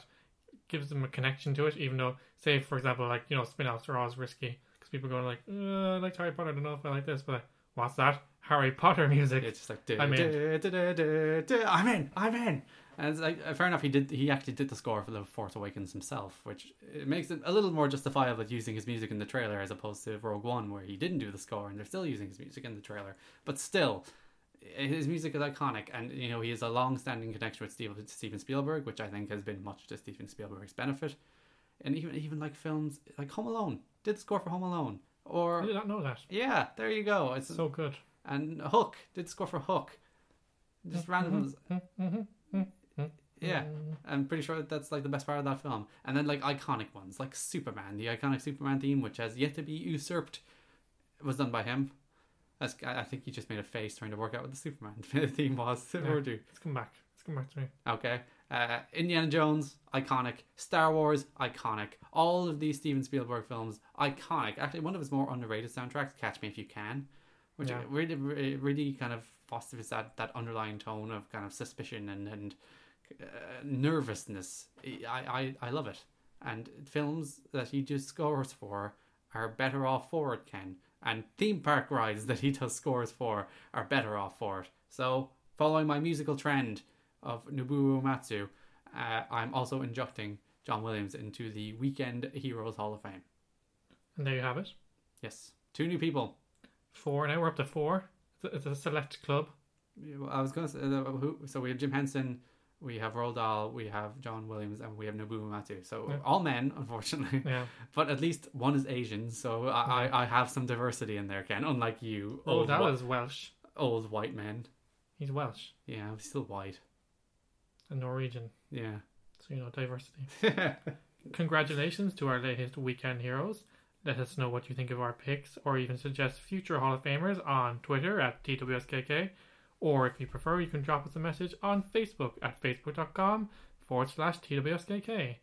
gives them a connection to it. Even though, say for example, like you know, spin-offs are always risky because people go like, uh, I like Harry Potter, I don't know if I like this, but like, what's that Harry Potter music? It's just like duh, I'm in. duh, duh, duh, duh, duh, I'm in, I'm in. And it's like uh, fair enough. He did. He actually did the score for the Force Awakens himself, which it makes it a little more justifiable using his music in the trailer as opposed to Rogue One, where he didn't do the score and they're still using his music in the trailer. But still, his music is iconic, and you know he has a long-standing connection with Steve, Steven Spielberg, which I think has been much to Steven Spielberg's benefit. And even even like films like Home Alone did the score for Home Alone, I or did not know that. yeah, there you go. It's So good. and Hook did score for Hook. Just random. yeah, I'm pretty sure that's like the best part of that film. And then like iconic ones, like Superman, the iconic Superman theme, which has yet to be usurped, was done by him. That's, I I think he just made a face trying to work out what the Superman theme was. Or do. Let's come back. Let's come back to me. Okay. Uh, Indiana Jones, iconic. Star Wars, iconic. All of these Steven Spielberg films, iconic. Actually, one of his more underrated soundtracks, Catch Me If You Can, which Yeah. really, really, really kind of fosters that, that underlying tone of kind of suspicion and, and uh, nervousness. I, I, I love it. And films that he just scores for are better off for it, Ken. And theme park rides that he does scores for are better off for it. So, following my musical trend of Nobuo Uematsu, uh, I'm also inducting John Williams into the Weekend Heroes Hall of Fame. And there you have it. Yes, two new people. Four now. We're up to four. It's a, it's a select club. I was going to say, uh, who, so we have Jim Henson, we have Roald Dahl, we have John Williams, and we have Nobuo Uematsu. So all men, unfortunately. Yeah. But at least one is Asian, so I, I, I have some diversity in there, Ken. Unlike you, Oh, that whi- was Welsh. old white men. He's Welsh Yeah, I'm still white. and Norwegian, Yeah. so you know diversity. Congratulations to our latest weekend heroes. Let us know what you think of our picks, or even suggest future Hall of Famers on Twitter at TWSKK, or if you prefer, you can drop us a message on Facebook at facebook.com forward slash TWSKK.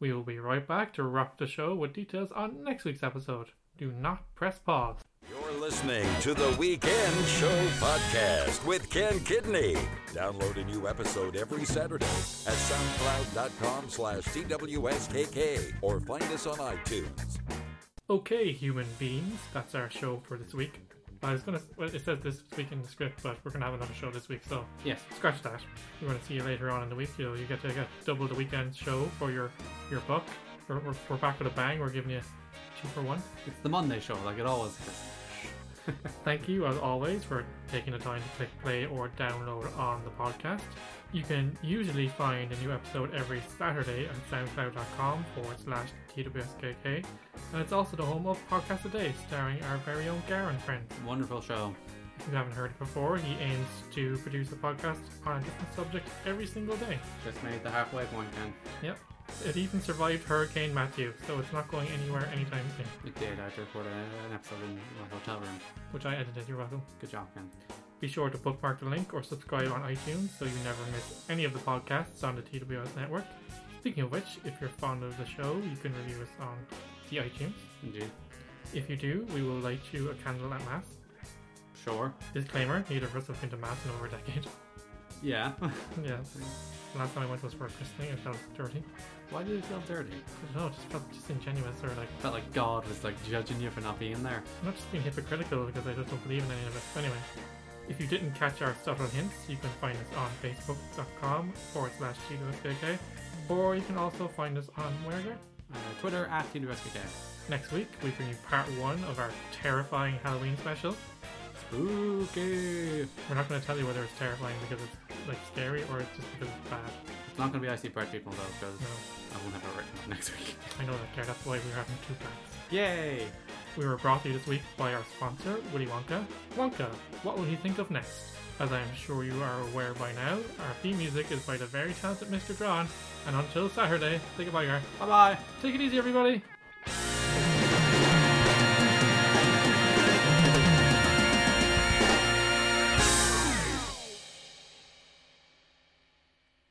We will be right back to wrap the show with details on next week's episode. Do not press pause. You're listening to the Weekend Show podcast with Ken Kidney. Download a new episode every Saturday at soundcloud.com slash TWSKK or find us on iTunes. Okay, human beings, that's our show for this week. I was gonna, well, it says this week in the script, but we're gonna have another show this week, so Yes. scratch that. We're going to see you later on in the week. You know, you get to get double the weekend show for your your buck. We're, we're, we're back with a bang. We're giving you two for one. It's the Monday show, like it always is. Thank you, as always, for taking the time to click play or download on the podcast. You can usually find a new episode every Saturday on soundcloud.com forward slash TWSKK. And it's also the home of Podcast a Day, starring our very own Garen friend. Wonderful show. If you haven't heard it before, he aims to produce a podcast on a different subject every single day. Just made the halfway point, Ken. Yep. It even survived Hurricane Matthew, so it's not going anywhere anytime soon, It did. I had to record a- an episode in my hotel room. which I edited. You're welcome. Good job, Ken. Be sure to bookmark the link or subscribe on iTunes so you never miss any of the podcasts on the TWS network. Speaking of which, if you're fond of the show, you can review us on the iTunes. Indeed. If you do, we will light you a candle at Mass. Sure. Disclaimer, neither of us have been to Mass in over a decade. Yeah. yeah. Last time I went was for a christening and felt dirty. Why did it feel dirty? I don't know, it just felt disingenuous or like, Felt like God was like judging you for not being there. not just being hypocritical because I just don't believe in any of it. But anyway, if you didn't catch our subtle hints, you can find us on facebook.com forward slash TWSKK, or you can also find us on where again? Uh, Twitter at TWSKK. Next week, we bring you part one of our terrifying Halloween special. Spooky. We're not going to tell you whether it's terrifying because it's like scary or it's just because it's bad. It's not gonna be icy bread people though, because No, I won't have it written up next week. I know that care. That's why we're having two parts. Yay! We were brought to you this week by our sponsor, Willy Wonka. Wonka, what will he think of next? As I am sure you are aware by now, our theme music is by the very talented Mr. John. And until Saturday, say goodbye, Gar. Bye bye. Take it easy, everybody.